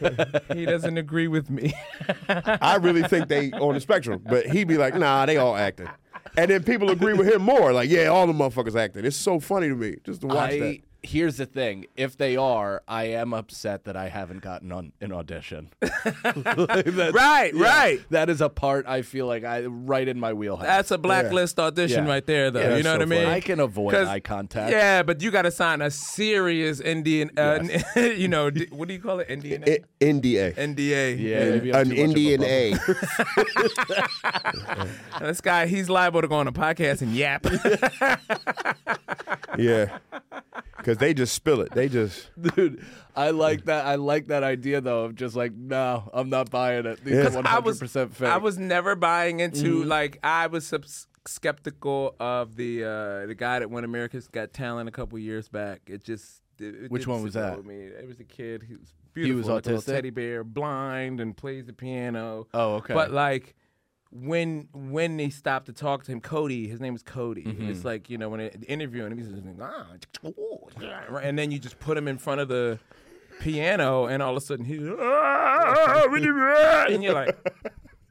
S3: he doesn't agree with me.
S4: I really think they on the spectrum, but he be like, nah, they all acting. And then people agree with him more. Like, yeah, all the motherfuckers acting. It's so funny to me just to watch
S5: I,
S4: that.
S5: Here's the thing: if they are, I am upset that I haven't gotten on an audition. That's-
S3: Right,
S5: yeah,
S3: right.
S5: That is a part I feel like I right in my wheelhouse.
S3: That's a blacklist audition
S5: Yeah.
S3: right there, though.
S5: Yeah,
S3: you know
S5: so
S3: what I mean?
S5: funny. I can avoid
S3: 'Cause-
S5: eye contact.
S3: Yeah, but you got to sign a serious Indian. Uh, you know, d- what do you call it? Indian.
S4: I- NDA.
S3: NDA.
S5: yeah. you'd be on
S4: An
S5: too much of a
S4: Indian
S5: bubble.
S4: A.
S3: And This guy, he's liable to go on a podcast and yap.
S4: yeah. Because they just spill it. They just.
S5: Dude, I like that. I like that idea though of just like, no, I'm not buying it. These are 100%
S3: I was,
S5: fake. Mm-hmm.
S3: I was never buying into like I was subs- skeptical of the uh, the guy that won America's Got Talent a couple years back. It just it, it
S5: Which
S3: didn't
S5: one was
S3: sit well
S5: that?
S3: With me, it was a kid who's
S5: He
S3: beautiful,
S5: was
S3: like a little
S5: autistic?
S3: teddy bear, blind, and plays the piano.
S5: Oh, okay.
S3: But like when when they stopped to talk to him, Cody, his name is Cody.
S5: Mm-hmm.
S3: It's like you know when they interview him, he's just like, ah, ooh, yeah," right? and then you just put him in front of the piano, and all of a sudden he's "Ah, we do that," and you're like.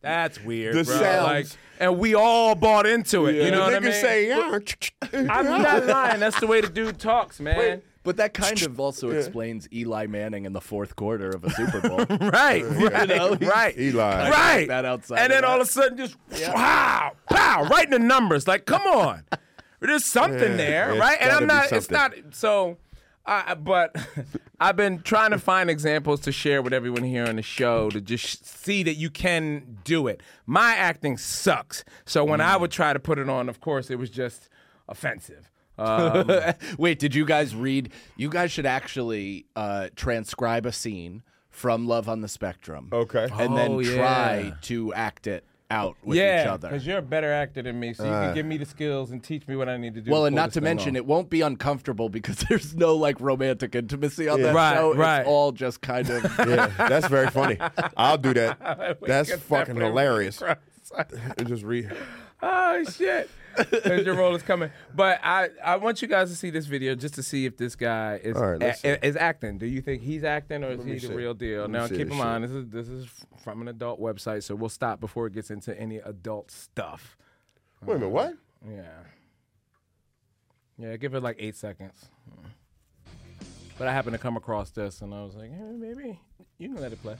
S3: That's weird,
S4: The
S3: bro.
S4: sounds.
S3: Like, and we all bought into it. You know what I
S4: Niggas
S3: mean?
S4: say, yeah.
S3: I'm not lying. That's the way the dude talks, man.
S5: but that kind of also explains Eli Manning in the fourth quarter of a Super Bowl.
S3: Right, right,
S5: know,
S3: right.
S4: Eli.
S3: right.
S5: that outside
S3: and
S5: of
S3: then
S5: that.
S3: all of a sudden, just wow, pow, right in the numbers. Like, come on, there's something there,
S4: it's
S3: right? And
S4: gotta
S3: I'm
S4: be
S3: not. It's not.
S4: something.
S3: So, I but I've been trying to find examples to share with everyone here on the show to just see that you can do it. My acting sucks, so when
S5: Mm.
S3: I would try to put it on, of course, it was just offensive. Um,
S5: Wait, did you guys read? You guys should actually uh, transcribe a scene from Love on the Spectrum.
S4: Okay.
S5: And then
S3: Oh, yeah.
S5: try to act it out with
S3: yeah,
S5: each other. Uh.
S3: because you're a better actor than me, so you can give me the skills and teach me what I need to do.
S5: Well,
S3: to
S5: and
S3: pull
S5: not
S3: this
S5: to
S3: thing
S5: mention,
S3: off.
S5: it won't be uncomfortable because there's no like romantic intimacy on that
S3: Right,
S5: show.
S3: right.
S5: It's all just kind of.
S4: Yeah, that's very funny. I'll do that.
S3: We
S4: That's
S3: can
S4: fucking
S3: separate
S4: hilarious.
S3: across.
S4: Just read.
S3: oh shit. As your role is coming, but I, I want you guys to see this video just to see if this guy is
S4: All right, let's
S3: a-
S4: see.
S3: is acting. Do you think he's acting or is
S4: Let
S3: he
S4: me
S3: the
S4: see.
S3: real deal?
S4: Let me
S3: now
S4: see
S3: keep in
S4: this
S3: mind this is this is from an adult website, so we'll stop before it gets into any adult stuff.
S4: Wait a minute, what?
S3: Yeah. Yeah, give it like eight seconds. But I happened to come across this and I was like, eh, maybe you can let it play.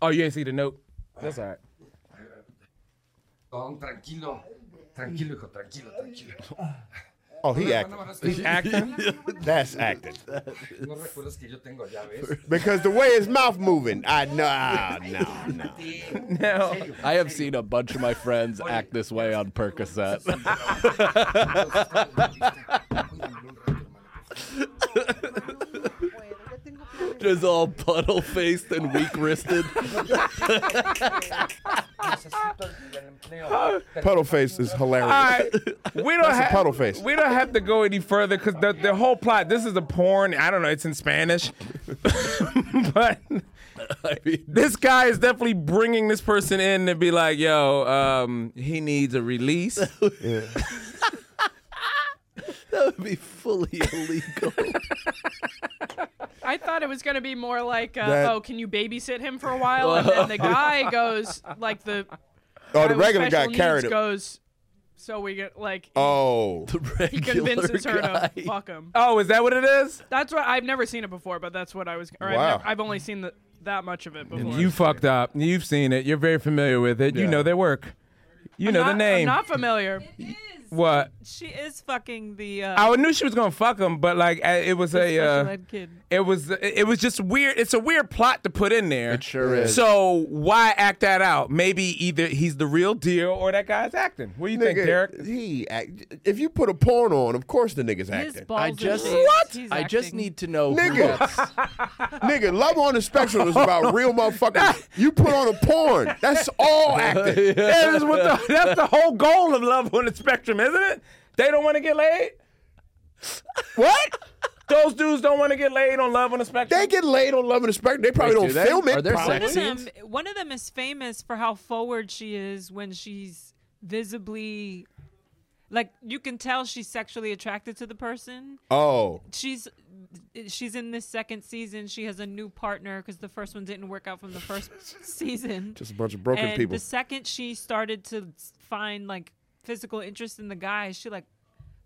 S3: Oh, you ain't see the note? That's all right.
S11: Don, tranquilo. Tranquilo, hijo, tranquilo, tranquilo.
S4: Oh, he
S11: No, no,
S4: acting.
S11: no, no, es que yo-
S4: That's acting.
S11: No recuerdas que yo tengo llaves.
S4: Because the way his mouth moving, I no, no, no.
S3: No.
S5: I have seen a bunch of my friends act this way on Percocet. Just all puddle faced and weak wristed.
S4: Puddle face is hilarious.
S3: All right, we don't
S4: That's a
S3: have
S4: puddle face.
S3: We don't have to go any further because the, the whole plot. This is a porn. I don't know. It's in Spanish, but this guy is definitely bringing this person in to be like, "Yo, um, he needs a release."
S5: that would be fully illegal.
S6: I thought it was going to be more like, uh,
S4: That-
S6: oh, can you babysit him for a while? And then the guy goes, like the.
S4: Oh,
S6: guy
S4: the
S6: with
S4: regular
S6: special
S4: guy
S6: needs
S4: carried him.
S6: Goes, so we get like
S4: Oh,
S5: the
S6: he convinces her to fuck him.
S3: Oh, is that what it is?
S6: That's what I've never seen it before, but that's what I was. Or
S3: Wow.
S6: I've, never, I've only seen the, that much of it before.
S3: You fucked up. You've seen it. You're very familiar with it. You know their work. You
S6: I'm
S3: know
S6: not,
S3: the name.
S6: I'm not familiar.
S3: what?
S12: She is fucking the. Uh,
S3: I knew she was gonna fuck him, but like I- it was
S12: The
S3: a
S12: special
S3: uh,
S12: ed kid.
S3: It was it was just weird. It's a weird plot to put in there. It
S5: sure is.
S3: So why act that out? Maybe either he's the real deal or that guy's acting. What do you think,
S4: Nigga,
S3: Derek?
S4: He act, if you put a porn on, of course the nigga's acting.
S5: I just
S3: What?
S5: I just need to know who
S4: Nigga.
S5: that's-
S4: Nigga, love on the spectrum is about real motherfuckers. You put on a porn. That's all acting.
S3: that is what the, that's the whole goal of love on the spectrum, isn't it? They don't want to get laid. What? Those dudes don't want to get laid on love on the spectrum.
S4: They get laid on love on the spectrum. They probably
S5: Wait,
S4: don't
S5: do they?
S4: film it.
S5: Are there
S4: probably.
S5: sex
S12: One of, them, one of them is famous for how forward she is when she's visibly, like you can tell she's sexually attracted to the person.
S4: Oh.
S12: She's she's in this second season. She has a new partner because the first one didn't work out from the first season.
S4: Just a bunch of broken
S12: And
S4: people.
S12: The second she started to s- find like physical interest in the guy, she like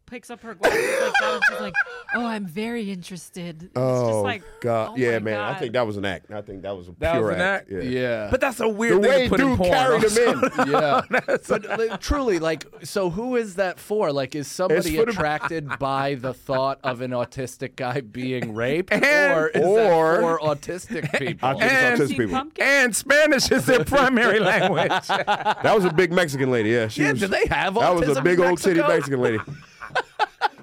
S12: picks up her glasses like that and she's like, "Oh, I'm very interested."
S4: Oh,
S12: like,
S4: God.
S12: oh
S4: yeah,
S12: my
S4: man. I
S12: God.
S4: think that was an act. I think that was a
S3: That
S4: pure
S3: was an
S4: act.
S3: act?
S4: Yeah.
S5: Yeah.
S3: But that's a weird
S4: the
S3: thing
S4: way
S3: to put in
S4: dude
S3: porn
S4: carried him in.
S5: yeah. but like, truly, like, so who is that for? Like, is somebody
S4: for the-
S5: attracted by the thought of an autistic guy being raped,
S3: And-
S5: or is
S3: Or-
S5: that for autistic people?
S4: I think it's autistic people.
S3: and Spanish is their primary language.
S4: That was a big Mexican lady. Yeah, she
S5: Yeah,
S4: was,
S5: do they have
S4: That was
S5: autism
S4: a
S5: in
S4: big old titty
S5: Mexico? Oh,
S4: Mexican lady.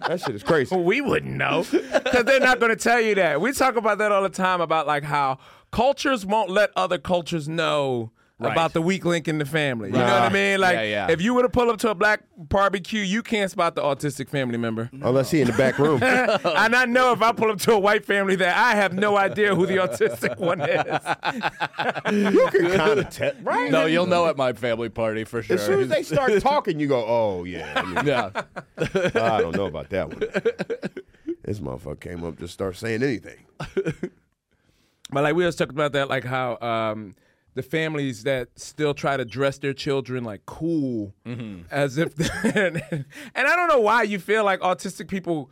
S4: that shit is crazy.
S3: we wouldn't know because they're not going to tell you that. We talk about that all the time about like how cultures won't let other cultures know. About the weak link in the family, you know what I
S4: Right.
S3: mean? Like,
S4: Yeah, yeah.
S3: if you were to pull up to a black barbecue, you can't spot the autistic family member.
S4: Unless he in the back room.
S3: and I know if I pull up to a white family, that I have no idea who the autistic one is.
S4: you can kind of tell, right?
S5: No, you'll know at my family party for sure.
S4: As soon as they start talking, you go, "Oh yeah, I mean,
S5: yeah.
S4: I don't know about that one." This motherfucker came up just start saying anything.
S3: But like we was talking about that, like how um, the families that still try to dress their children like cool,
S5: Mm-hmm.
S3: as if, and, I don't know why you feel like autistic people.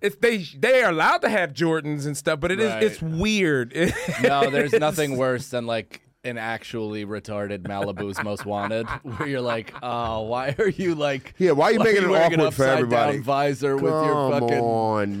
S3: If they they are allowed to have Jordans and stuff, but it is
S5: Right.
S3: it's weird.
S5: No, there's nothing worse than like an actually retarded Malibu's Most Wanted, where you're like, oh, why are you like,
S4: Yeah, why you making it
S5: wearing an
S4: awkward for
S5: upside
S4: everybody?
S5: Down visor
S4: Come
S5: with your fucking
S4: on,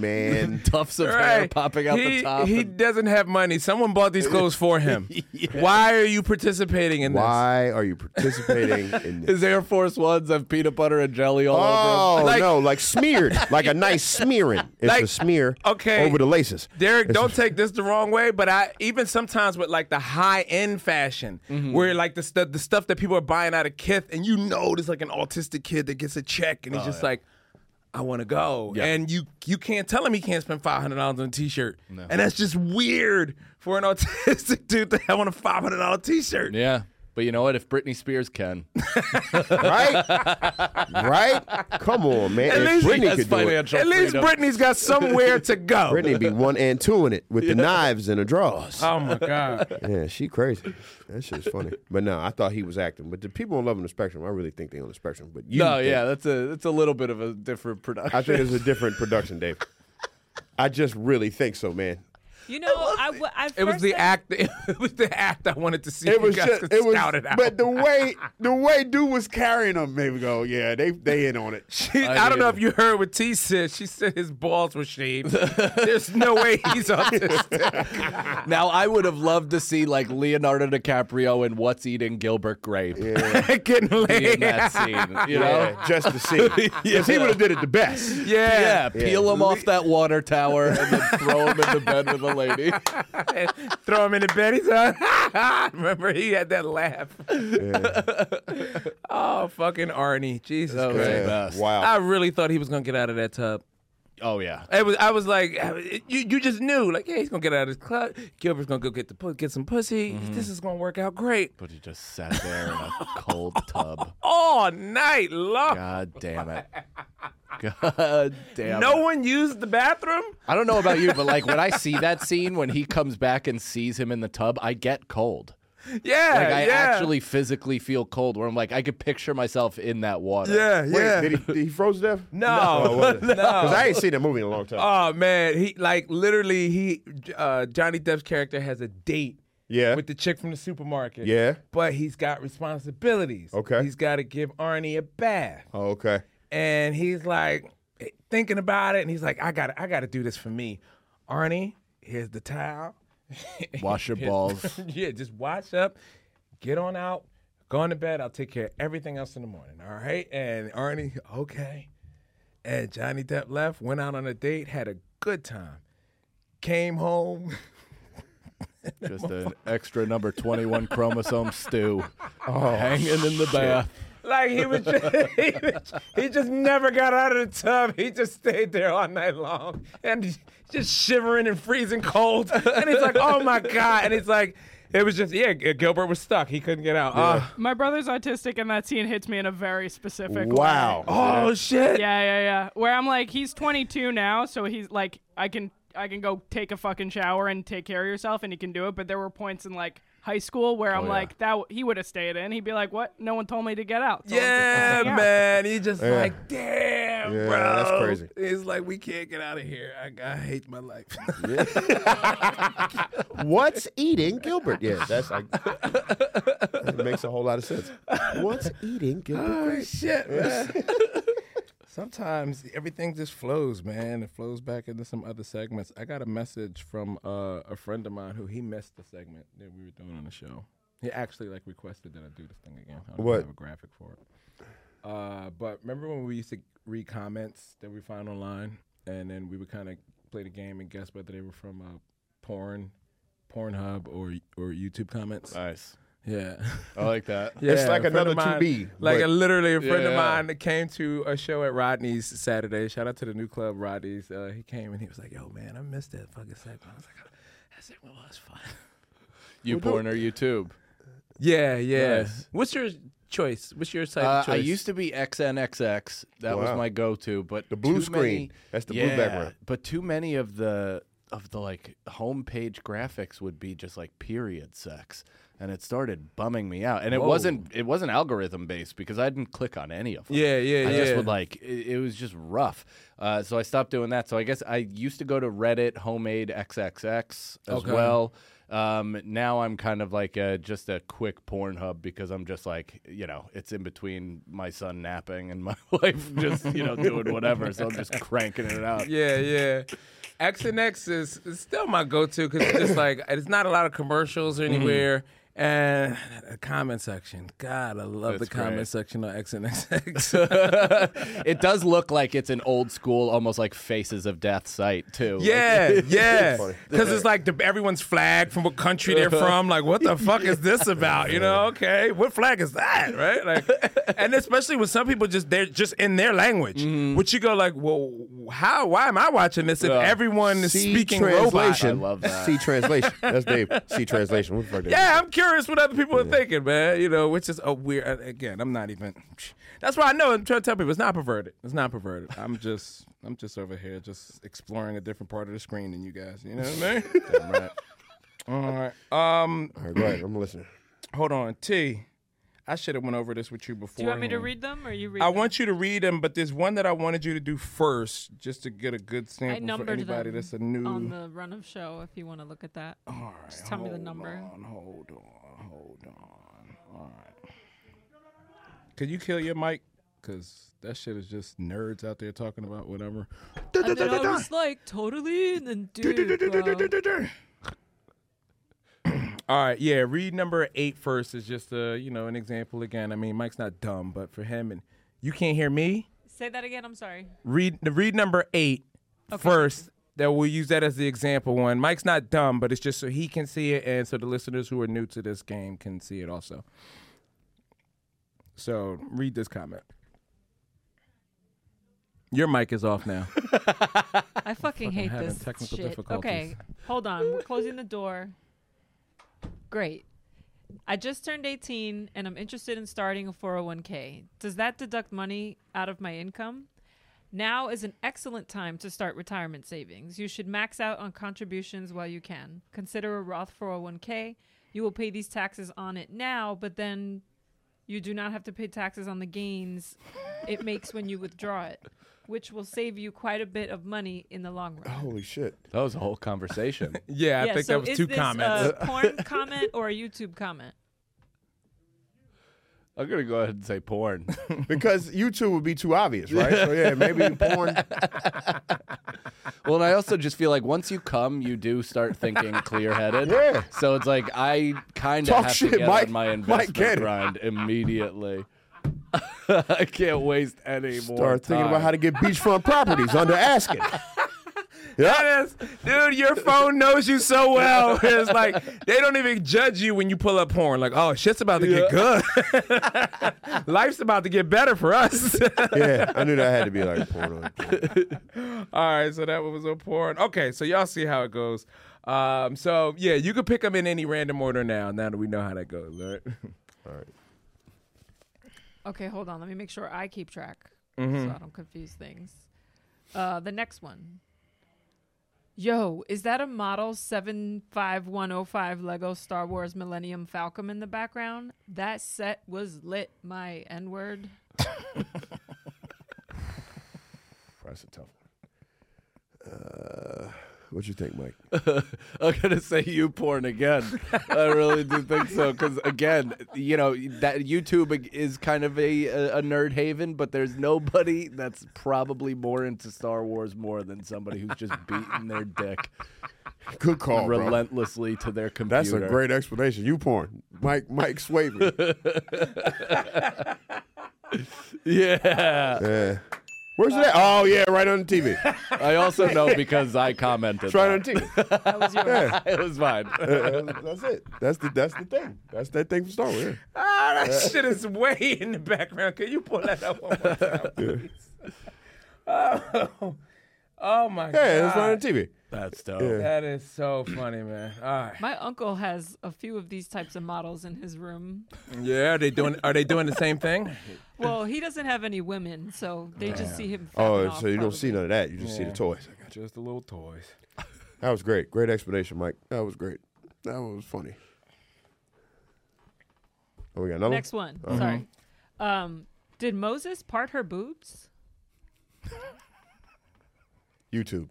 S4: man.
S5: tufts of hair
S3: Right.
S5: popping out
S3: he,
S5: the top.
S3: He
S5: and-
S3: doesn't have money. Someone bought these clothes for him. Why are you participating in
S4: Why are you participating in this?
S5: his Air Force Ones have peanut butter and jelly all over.
S4: Oh
S5: them.
S4: no, like smeared, like a nice smearing. It's
S3: Like,
S4: a smear
S3: okay.
S4: over the laces.
S3: this? Derek,
S4: It's a-
S3: don't take this the wrong way, but I even sometimes with like the high end fashion,
S5: Mm-hmm.
S3: where like the, stu- the stuff that people are buying out of Kith, and you know there's like an autistic kid that gets a check
S5: Oh,
S3: and he's just like, I want to go, and you you can't tell him he can't spend five hundred dollars on a T-shirt, and that's just weird for an autistic dude to have on a five hundred dollar T-shirt.
S5: Yeah. But you know what? If Britney Spears can,
S4: right? Right? Come on, man.
S5: At
S4: If
S5: least-
S4: Britney
S5: That's
S4: could do it.
S5: financial At least freedom.
S3: Britney's got somewhere to go.
S4: Britney be one and two in it with the knives and the drawers.
S3: Oh my god.
S4: Yeah, she crazy. That shit's funny. But no, I thought he was acting. But the people on Love on the Spectrum, I really think they on the spectrum. But you
S5: no,
S4: think-
S5: yeah, that's a that's a little bit of a different production.
S4: I think it's a different production, Dave. I just really think so, man.
S12: You know, I, w- I
S3: It was
S12: first
S3: the
S12: I-
S3: act. It was the act I wanted to see. if
S13: it
S3: you
S13: was
S3: guys
S13: just
S3: could
S13: it was,
S3: scout it out.
S13: but the way the way dude was carrying them, they would go, yeah, they they in on it.
S3: I, don't know if you heard what T said. She said his balls were shaved. There's no way he's autistic.
S5: now I would have loved to see like Leonardo DiCaprio and What's Eating Gilbert Grape.
S3: Getting
S5: in that scene, you know,
S4: Yeah, just to see, because he would have did it the best.
S5: Yeah, peel him off that water tower and then throw him into bed with a lady.
S3: Throw him in the bed. He's like, remember he had that laugh. oh fucking Arnie, Jesus
S5: That was the
S3: Christ!
S5: best.
S4: Wow.
S3: I really thought he was gonna get out of that tub.
S5: Oh yeah,
S3: It was. I was like, you, you just knew, like, yeah, he's gonna get out of this club. Gilbert's gonna go get the pu- get some pussy.
S5: Mm-hmm.
S3: This is gonna work out great
S5: but he just sat there in a cold tub.
S3: all night long.
S5: God damn it. God damn.
S3: no
S5: it.
S3: one used the bathroom.
S5: I don't know about you, but like when I see that scene when he comes back and sees him in the tub, I get cold.
S3: Yeah,
S5: like I
S3: yeah.
S5: actually physically feel cold. Where I'm like, I could picture myself in that water.
S3: Uh,
S4: Wait, Did he, did he froze to death?
S3: No, no.
S4: Because I ain't seen that movie in a long time.
S3: Oh man, he like literally he uh, Johnny Depp's character has a date.
S4: Yeah.
S3: With the chick from the supermarket.
S4: Yeah.
S3: But he's got responsibilities.
S4: Okay.
S3: He's got to give Arnie a bath,
S4: Oh, okay.
S3: and he's like thinking about it, and he's like, I got, to I got to do this for me, Arnie. Here's the towel.
S5: Wash your
S3: Yeah.
S5: balls.
S3: yeah, just wash up, get on out, go on to bed. I'll take care of everything else in the morning. All right. And Arnie, okay. And Johnny Depp left, went out on a date, had a good time, came home.
S5: Just an extra number 21 chromosome stew hanging in the bath.
S3: Like he was, just, he, was- he just never got out of the tub. He just stayed there all night long and just shivering and freezing cold. And he's like, "Oh my god!" And it's like, it was just yeah. Gilbert was stuck. He couldn't get out. Uh,
S12: My brother's autistic, and that scene hits me in a very specific
S3: Wow.
S12: way.
S3: Oh, Yeah. shit.
S12: Yeah, yeah, yeah. Where I'm like, he's 22 now, so he's like, I can, I can go take a fucking shower and take care of yourself, and he can do it. But there were points in like high school where I'm
S3: Oh, yeah.
S12: like, that w- he would have stayed in. He'd be like, what? No one told me to get out. So I'm just
S3: Yeah,
S12: gonna hang out.
S3: man. He just
S12: Yeah.
S3: like, damn,
S4: Yeah,
S3: bro.
S4: that's crazy.
S3: It's like we can't get out of here. I, I hate my life.
S4: What's eating Gilbert? Yeah, that's like it makes a whole lot of sense. What's eating Gilbert?
S3: oh
S4: Grape?
S3: shit, man. Sometimes everything just flows, man. It flows back into some other segments. I got a message from uh, a friend of mine who he missed the segment that we were doing on the show. He actually like requested that I do this thing again. I don't
S4: What?
S3: have a graphic for it. Uh, but remember when we used to read comments that we find online, and then we would kind of play the game and guess whether they were from uh, porn, Pornhub, or or YouTube comments.
S5: Nice.
S3: Yeah,
S5: I like that.
S3: Yeah,
S4: It's like
S3: a friend of
S4: another 2B,
S3: Like
S4: but-
S3: a, literally a friend of
S4: Yeah.
S3: mine that came to a show at Rodney's Saturday. Shout out to the new club, Rodney's. Uh, he came and he was like, "Yo, man, I missed that fucking segment." I was like, "That segment was fun."
S5: You porn or YouTube?
S3: Yeah, yeah.
S5: Nice.
S3: What's your choice? What's your type
S5: Uh,
S3: of choice?
S5: I used to be XNXX. That was
S3: Wow.
S5: my go-to, but the
S4: blue screen. That's the blue background.
S5: But too many of the of the like homepage graphics would be just like period sex, and it started bumming me out. And it
S3: Whoa.
S5: wasn't it wasn't algorithm based because I didn't click on any of them.
S3: Yeah, yeah,
S5: I just
S3: yeah.
S5: would like it, it was just rough. Uh, so I stopped doing that. So I guess I used to go to Reddit homemade XXX as
S3: Okay.
S5: well. Um, now I'm kind of like a, just a quick porn hub because I'm just like, you know, it's in between my son napping and my wife just, you know, doing whatever. So I'm just cranking it out.
S3: Yeah, yeah. X and X is, is still my go-to because it's just like it's not a lot of commercials
S4: Mm-hmm.
S3: anywhere. And the comment section. God, I love the
S5: That's
S3: comment
S5: great.
S3: section on X and X.
S5: it does look like it's an old school, almost like Faces of Death site, too. Like-
S3: Yeah, yeah. Because it's like the, everyone's flag from what country they're
S4: Uh-huh.
S3: from. Like, what the fuck is this about? You know? Okay, what flag is that? Right? Like, and especially when some people just they're just in their language, which you go like, well, how? Why am I watching this if
S4: Yeah.
S3: everyone is
S4: See
S3: speaking
S4: translation.
S3: robot?
S5: love that.
S4: See translation. That's Dave. See translation. What the fuck?
S3: Yeah, I'm curious what other people are thinking, man. You know, which is a weird. Again, I'm not even. That's why I know. I'm trying to tell people it's not perverted. It's not perverted. I'm just, I'm just over here, just exploring a different part of the screen than you guys. You know what I mean? Damn right. All right. Um.
S4: All right, go ahead. I'm listening.
S3: Hold on, T. I should have went over this with you before.
S12: Do you want me to read them or you read
S3: I
S12: them?
S3: want you to read them, but there's one that I wanted you to do first, just to get a good sample for
S12: numbered
S3: anybody
S12: them
S3: that's a new.
S12: on the run of show if you want to look at that. All right. Just tell me the
S3: hold
S12: number.
S3: on, hold on, hold on. All right. Can you kill your mic? Cause that shit is just nerds out there talking about whatever.
S12: And then I was like, totally, and then dude. bro.
S3: All right, yeah. Read number eight first is just a you know an example again. I mean, Mike's not dumb, but for him and you can't hear me.
S12: Say that again. I'm sorry.
S3: Read read number eight first. That we'll use that as the example one. Mike's not dumb, but it's just so he can see it, and so the listeners who are new to this game can see it also. So read this comment. Your mic is off now.
S12: I fucking hate
S3: having
S12: this
S3: technical
S12: shit.
S3: difficulties.
S12: Okay, hold on. We're closing the door. Great. I just turned 18 and I'm interested in starting a 401k. Does that deduct money out of my income? Now is an excellent time to start retirement savings. You should max out on contributions while you can. Consider a Roth 401k. You will pay these taxes on it now, but then you do not have to pay taxes on the gains it makes when you withdraw it, which will save you quite a bit of money in the long run.
S4: Holy shit.
S5: That was a whole conversation.
S3: yeah, I think
S12: so
S3: that was
S12: is
S3: two
S12: this uh,
S3: comments.
S12: A porn comment or a YouTube comment?
S5: I'm gonna go ahead and say porn.
S4: because YouTube would be too obvious, right? So yeah, maybe porn.
S5: well, and I also just feel like once you come, you do start thinking clear-headed.
S4: Yeah.
S5: So it's like I kind of
S4: Talk
S5: have
S4: shit,
S5: to get
S4: Mike.
S5: on my
S4: Mike,
S5: investment
S4: get it.
S5: grind immediately. I can't waste any more.
S4: Start thinking about
S5: time.
S4: how to get beachfront properties under asking.
S3: That is, dude, your phone knows you so well. It's like they don't even judge you when you pull up porn. Like, oh, shit's about to get good. Life's about to get better for us.
S4: yeah, I knew that had to be like porn.
S3: All right, so that one was on porn. Okay, so y'all see how it goes. Um, so yeah, you can pick them in any random order now. Now that we know how that goes, all right?
S4: All right.
S12: Okay, hold on. Let me make sure I keep track so
S3: Mhm.
S12: I don't confuse things. Uh, the next one. Yo, is that a model 75105 Lego Star Wars Millennium Falcon in the background? That set was lit, my N word.
S4: That's a tough one. Uh, what you think, Mike?
S5: I'm gonna say you porn again. I really do think so because again, you know that YouTube is kind of a a nerd haven, but there's nobody that's probably more into Star Wars more than somebody who's just beating their dick.
S4: Good call, bro.
S5: relentlessly to their computer.
S4: That's a great explanation. You porn, Mike. Mike swayed me.
S5: yeah.
S4: yeah. Where's that? Oh yeah, right on the TV.
S5: I also know because I commented.
S4: It's right
S5: that.
S4: on the TV. That was yours.
S5: it was mine.
S4: that's it. That's the that's the thing. That's that thing from Star Wars. yeah.
S3: Ah, that shit is way in the background. Can you pull that up one more time, please? Oh, oh my god.
S4: Yeah, it's right on TV.
S5: That's dope.
S3: That is so funny, man. All right.
S12: My uncle has a few of these types of models in his room.
S3: Yeah, are they doing are they doing the same thing?
S12: Well, he doesn't have any women, so they just see him.
S4: Oh,
S12: fapping off,
S4: so you don't
S12: probably.
S4: see none of that. You just see the
S3: Yeah.
S4: toys.
S3: Just the little toys.
S4: That was great. Great explanation, Mike. That was great. That was funny. Oh, we got another
S12: Next one. Sorry. Um, did Moses part her boobs?
S4: YouTube.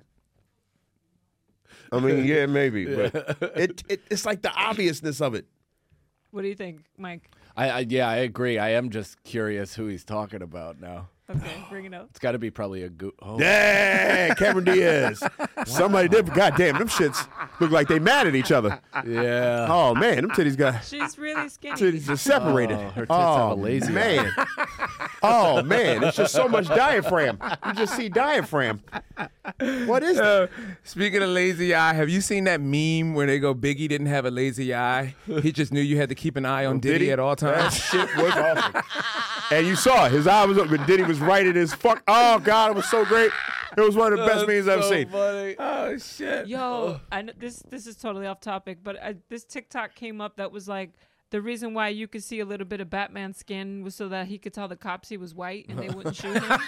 S4: I mean, yeah, maybe, but
S5: Yeah.
S4: it, it it's like the obviousness of it.
S12: What do you think, Mike?
S5: I, I yeah, I agree. I am just curious who he's talking about now.
S12: Okay, bring it up.
S5: It's got to be probably a goo. Oh.
S4: Yeah, Cameron Diaz. Somebody different. God damn, them shits look like they mad at each other.
S5: Yeah.
S4: Oh man, them titties got
S12: She's really skinny.
S4: titties are separated.
S5: Oh, her tits
S4: oh
S5: have a lazy
S4: man. oh man, it's just so much diaphragm. You just see diaphragm. What is that?
S3: Speaking of lazy eye, have you seen that meme where they go Biggie didn't have a lazy eye? He just knew you had to keep an eye on Diddy,
S4: Diddy?
S3: at all
S4: That
S3: times.
S4: shit was awesome. And you saw it. his eye was open. Diddy was right in his fuck. Oh God, it was so great. It was one of the best
S5: That's
S4: memes I've
S5: so
S4: seen.
S5: funny.
S3: Oh shit.
S12: Yo,
S4: Oh.
S12: I know this this is totally off topic, but I, this TikTok came up that was like the reason why you could see a little bit of Batman skin was so that he could tell the cops he was white and they wouldn't shoot him.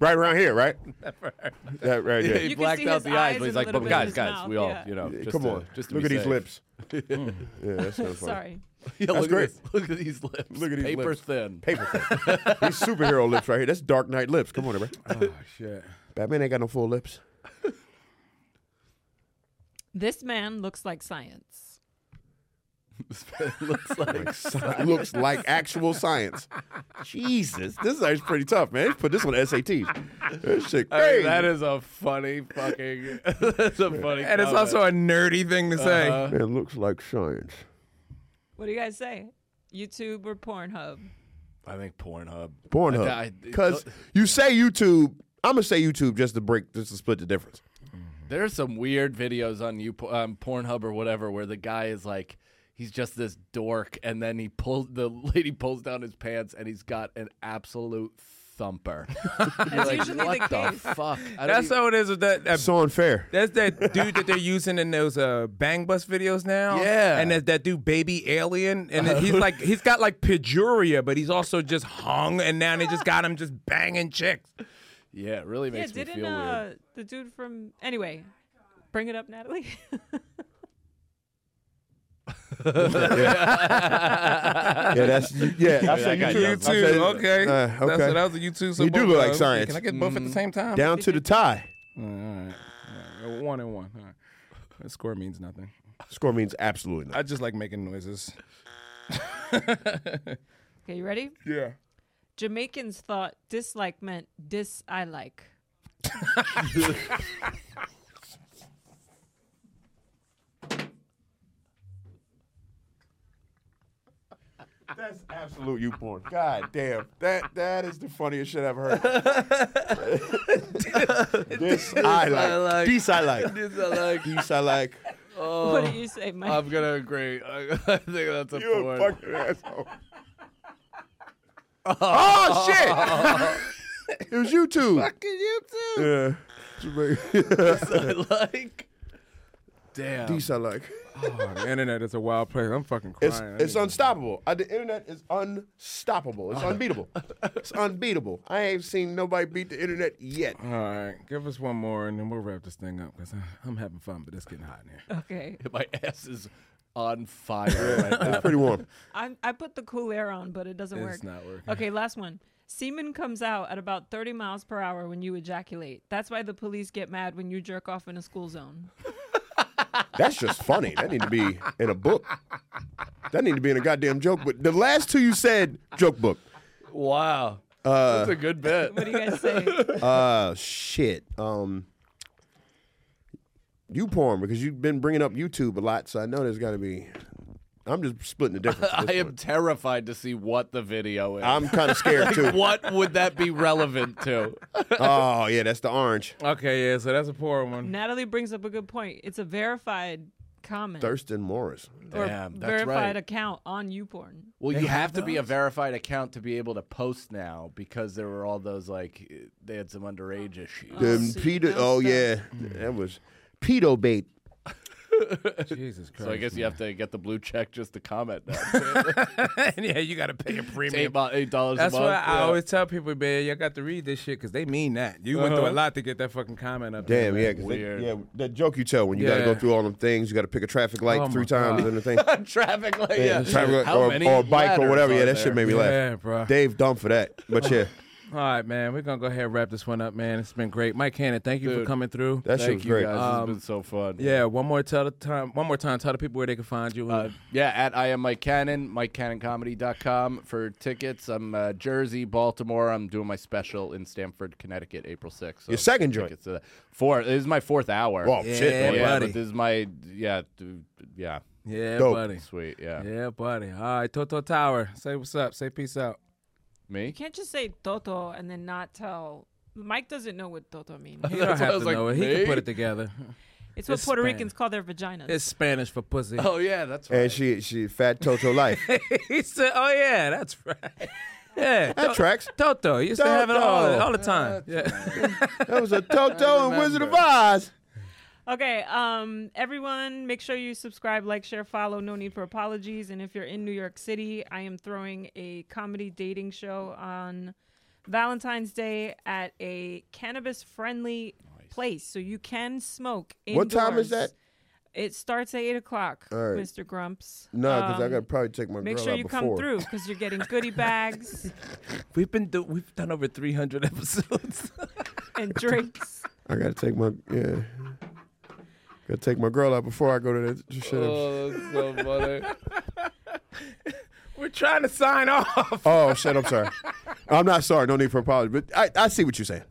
S4: Right around here, right?
S3: Right.
S4: That right
S5: Yeah,
S4: there.
S5: he You can blacked see out his the eyes, eyes but he's and a like, little "But bit of guys, his guys, mouth, we all, yeah. you know, just
S4: Come
S5: to-
S4: on,
S5: just to
S4: look
S5: be
S4: at these
S5: safe."
S4: lips. yeah,
S5: Mm.
S4: that's so funny.
S5: Sorry. Yeah,
S4: That's
S5: look at
S4: great.
S5: this- look at these lips.
S4: Look at these
S5: Paper
S4: lips.
S5: thin.
S4: Paper thin. these superhero lips right here. That's Dark Knight lips. Come on, bro.
S3: Oh shit.
S4: Batman ain't got no full lips.
S12: this man looks like science.
S5: looks like
S4: Sci- looks like actual science. Jesus, this is actually pretty tough, man. Put this on the SATs. This shit
S5: I mean,
S4: crazy.
S5: that is a funny fucking. that's a funny.
S3: And it's
S5: comment.
S3: also a nerdy thing to say.
S5: Uh-huh.
S4: it looks like science.
S12: What do you guys say? YouTube or Pornhub?
S5: I think Pornhub. I-
S4: Pornhub.
S5: I-
S4: Because you say YouTube, I'm gonna say YouTube just to break, just to split the difference.
S5: Mm. There's some weird videos on you um, Pornhub or whatever where the guy is like he's just this dork and then he pulls the lady pulls down his pants and he's got an absolute thumper. You're like, what the fuck? I don't e-,
S3: That's
S5: even-
S3: how it is with that. that-
S4: So unfair.
S3: that's that dude that they're using in those uh, bang bus videos now.
S5: Yeah.
S3: and that that dude baby alien, and then he's like he's got like pejuria, but he's also just hung, and now they just got him just banging chicks.
S5: yeah, it really
S12: Yeah,
S5: makes me
S12: didn't
S5: feel
S12: uh,
S5: weird.
S12: the dude from anyway? Bring it up, Natalie.
S4: yeah, that's yeah. I said
S3: you
S4: YouTube.
S3: too. You
S4: I
S3: too.
S4: said-
S3: Okay.
S4: Uh, okay.
S3: That's what I was a you too. So
S4: You do
S3: both
S4: look
S3: of
S4: like
S3: us.
S4: science. Mm.
S3: Can I get both at the same time?
S4: Down to the tie.
S3: All right. All right. Uh, One and one. All right. The score means nothing.
S4: Score means absolutely nothing.
S3: I just like making noises.
S12: okay, you ready?
S3: Yeah.
S12: Jamaicans thought dislike meant dis I like.
S4: That's absolute you porn. God damn. That that is the funniest shit I've heard. this I like. This I like.
S5: This I uh, like.
S4: This I like.
S5: Oh,
S12: what do you say, Mike?
S5: I'm gonna agree. I, I think that's a
S4: You a
S5: porn.
S4: fucking asshole. Oh shit! it was you two.
S5: Fucking you too.
S4: Yeah.
S5: This I like. Damn.
S4: This I like.
S3: Oh, the internet is a wild place. I'm fucking crying.
S4: It's
S3: I need
S4: it's unstoppable. Uh, the internet is unstoppable. It's unbeatable. it's unbeatable. I ain't seen nobody beat the internet yet.
S3: All right, give us one more and then we'll wrap this thing up because I'm having fun, but it's getting hot in here.
S12: Okay.
S5: My ass is on fire right now.
S4: It's pretty warm.
S12: I'm, I put the cool air on, but it doesn't work.
S3: It's not working.
S12: Okay, last one. Semen comes out at about 30 miles per hour when you ejaculate. That's why the police get mad when you jerk off in a school zone.
S4: That's just funny. That need to be in a book. That need to be in a goddamn joke book. The last two you said joke book.
S5: Wow.
S4: Uh,
S5: That's a good bet.
S12: What do you guys say?
S4: uh, shit. Um, you porn because you've been bringing up YouTube a lot, so I know there's got to be. I'm just splitting the difference. with
S5: I
S4: this
S5: am
S4: one.
S5: terrified to see what the video is.
S4: I'm kind of scared
S5: Like,
S4: too.
S5: what would that be relevant to?
S4: Oh yeah, that's the orange.
S3: Okay, yeah, so that's a poor one.
S12: Natalie brings up a good point. It's a verified comment
S4: Thurston Morris.
S12: or
S5: Damn, that's
S12: verified
S5: right.
S12: account on YouPorn.
S5: Well,
S3: They
S5: you
S3: have
S5: have to be a
S3: those?
S5: verified account to be able to post now because there were all those like they had some underage issues.
S4: Them
S12: see,
S4: pedo.
S12: now
S4: Oh
S12: it's
S4: yeah, that was pedo bait.
S3: Jesus Christ.
S5: So I guess you have to get the blue check just to comment now.
S3: yeah, you got to pay a
S5: It's
S3: premium.
S5: eight, mo- eight dollars.
S3: That's
S5: a
S3: why
S5: month.
S3: I
S5: yeah.
S3: always tell people, man, y'all got to read this shit because they mean that. You went through a
S5: Uh-huh.
S3: lot to get that fucking comment up there,
S4: Damn,
S3: man.
S4: yeah, 'cause they-
S5: Weird.
S4: yeah, that joke you tell when you got to
S3: Yeah.
S4: go through all them things, you got to pick a traffic light
S3: Oh,
S4: three
S3: my
S4: times
S3: God.
S4: and the thing.
S5: traffic light.
S4: Yeah,
S5: Yeah,
S4: traffic light
S5: How
S4: or,
S5: many
S4: or bike or
S5: letters
S4: whatever.
S5: are
S4: Yeah, that
S5: there?
S4: shit made me
S3: Yeah,
S4: laugh.
S3: bruh.
S4: Dave dumb for that, but yeah,
S3: All right, man, we're going to go ahead and wrap this one up, man. It's been great. Mike Cannon, thank you for
S5: Dude.
S3: coming through.
S4: that shit
S5: Thank
S4: was
S5: you
S4: great.
S5: guys.
S3: Um,
S5: this has been so fun.
S3: yeah, one more tell the time. One more time, tell the people where they can find you.
S5: Uh, yeah, at I am Mike Cannon, MikeCannonComedy.com for tickets. I'm uh, Jersey, Baltimore. I'm doing my special in Stamford, Connecticut, April 6th. So
S4: Your second joint.
S5: tickets to that. Four. This is my fourth hour.
S4: Whoa, shit,
S3: Yeah,
S4: man.
S5: yeah,
S3: buddy.
S5: but this is my yeah, dude, yeah,
S3: yeah,
S4: dope.
S3: buddy.
S5: sweet, yeah.
S3: Yeah, buddy. All right, Toto Tower, say what's up. Say peace out.
S5: Me?
S12: You can't just say Toto and then not tell. Mike doesn't know what Toto means.
S4: Uh-huh.
S3: You don't
S5: That's what I
S3: have
S5: was
S3: to
S5: like,
S3: know it. He can put
S5: me?
S3: it together.
S12: It's what
S3: It's
S12: Puerto
S3: Spanish.
S12: Ricans call their vaginas.
S3: It's Spanish for pussy.
S5: Oh yeah, that's right.
S4: And she she fat Toto life.
S3: he said, "Oh yeah, that's right." Yeah,
S4: that tracks.
S3: Toto used to have it all, all the time.
S4: that was a Toto and Wizard of Oz.
S12: Okay, um, everyone, make sure you subscribe, like, share, follow. No need for apologies. And if you're in New York City, I am throwing a comedy dating show on Valentine's Day at a cannabis-friendly place, so you can smoke.
S4: What
S12: Indoors.
S4: time is that?
S12: It starts at eight o'clock,
S4: All right.
S12: Mr. Grumps.
S4: No, because I
S12: Um,
S4: gotta probably take my
S12: Make
S4: girl
S12: sure
S4: out
S12: you come
S4: before.
S12: through because you're getting goodie bags
S3: We've been do- we've done over 300 episodes.
S12: and drinks.
S4: I gotta take my yeah. Gotta take my girl out before I go to that shit.
S3: Uh.
S5: Oh, that's so funny.
S3: We're trying to sign off.
S4: Oh shit! I'm sorry. I'm not sorry. No need for apology. But I, I see what you're saying.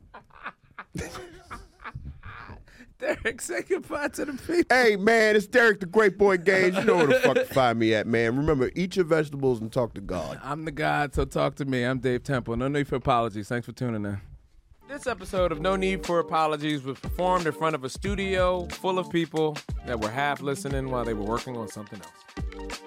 S3: Derek, say goodbye to the people.
S4: Hey man, it's Derek the Great Boy Gage. You know where the fuck to find me at, man. Remember, eat your vegetables and talk to God.
S3: I'm the God, so talk to me. I'm Dave Temple. No need for apologies. Thanks for tuning in. This episode of No Need for Apologies was performed in front of a studio full of people that were half listening while they were working on something else.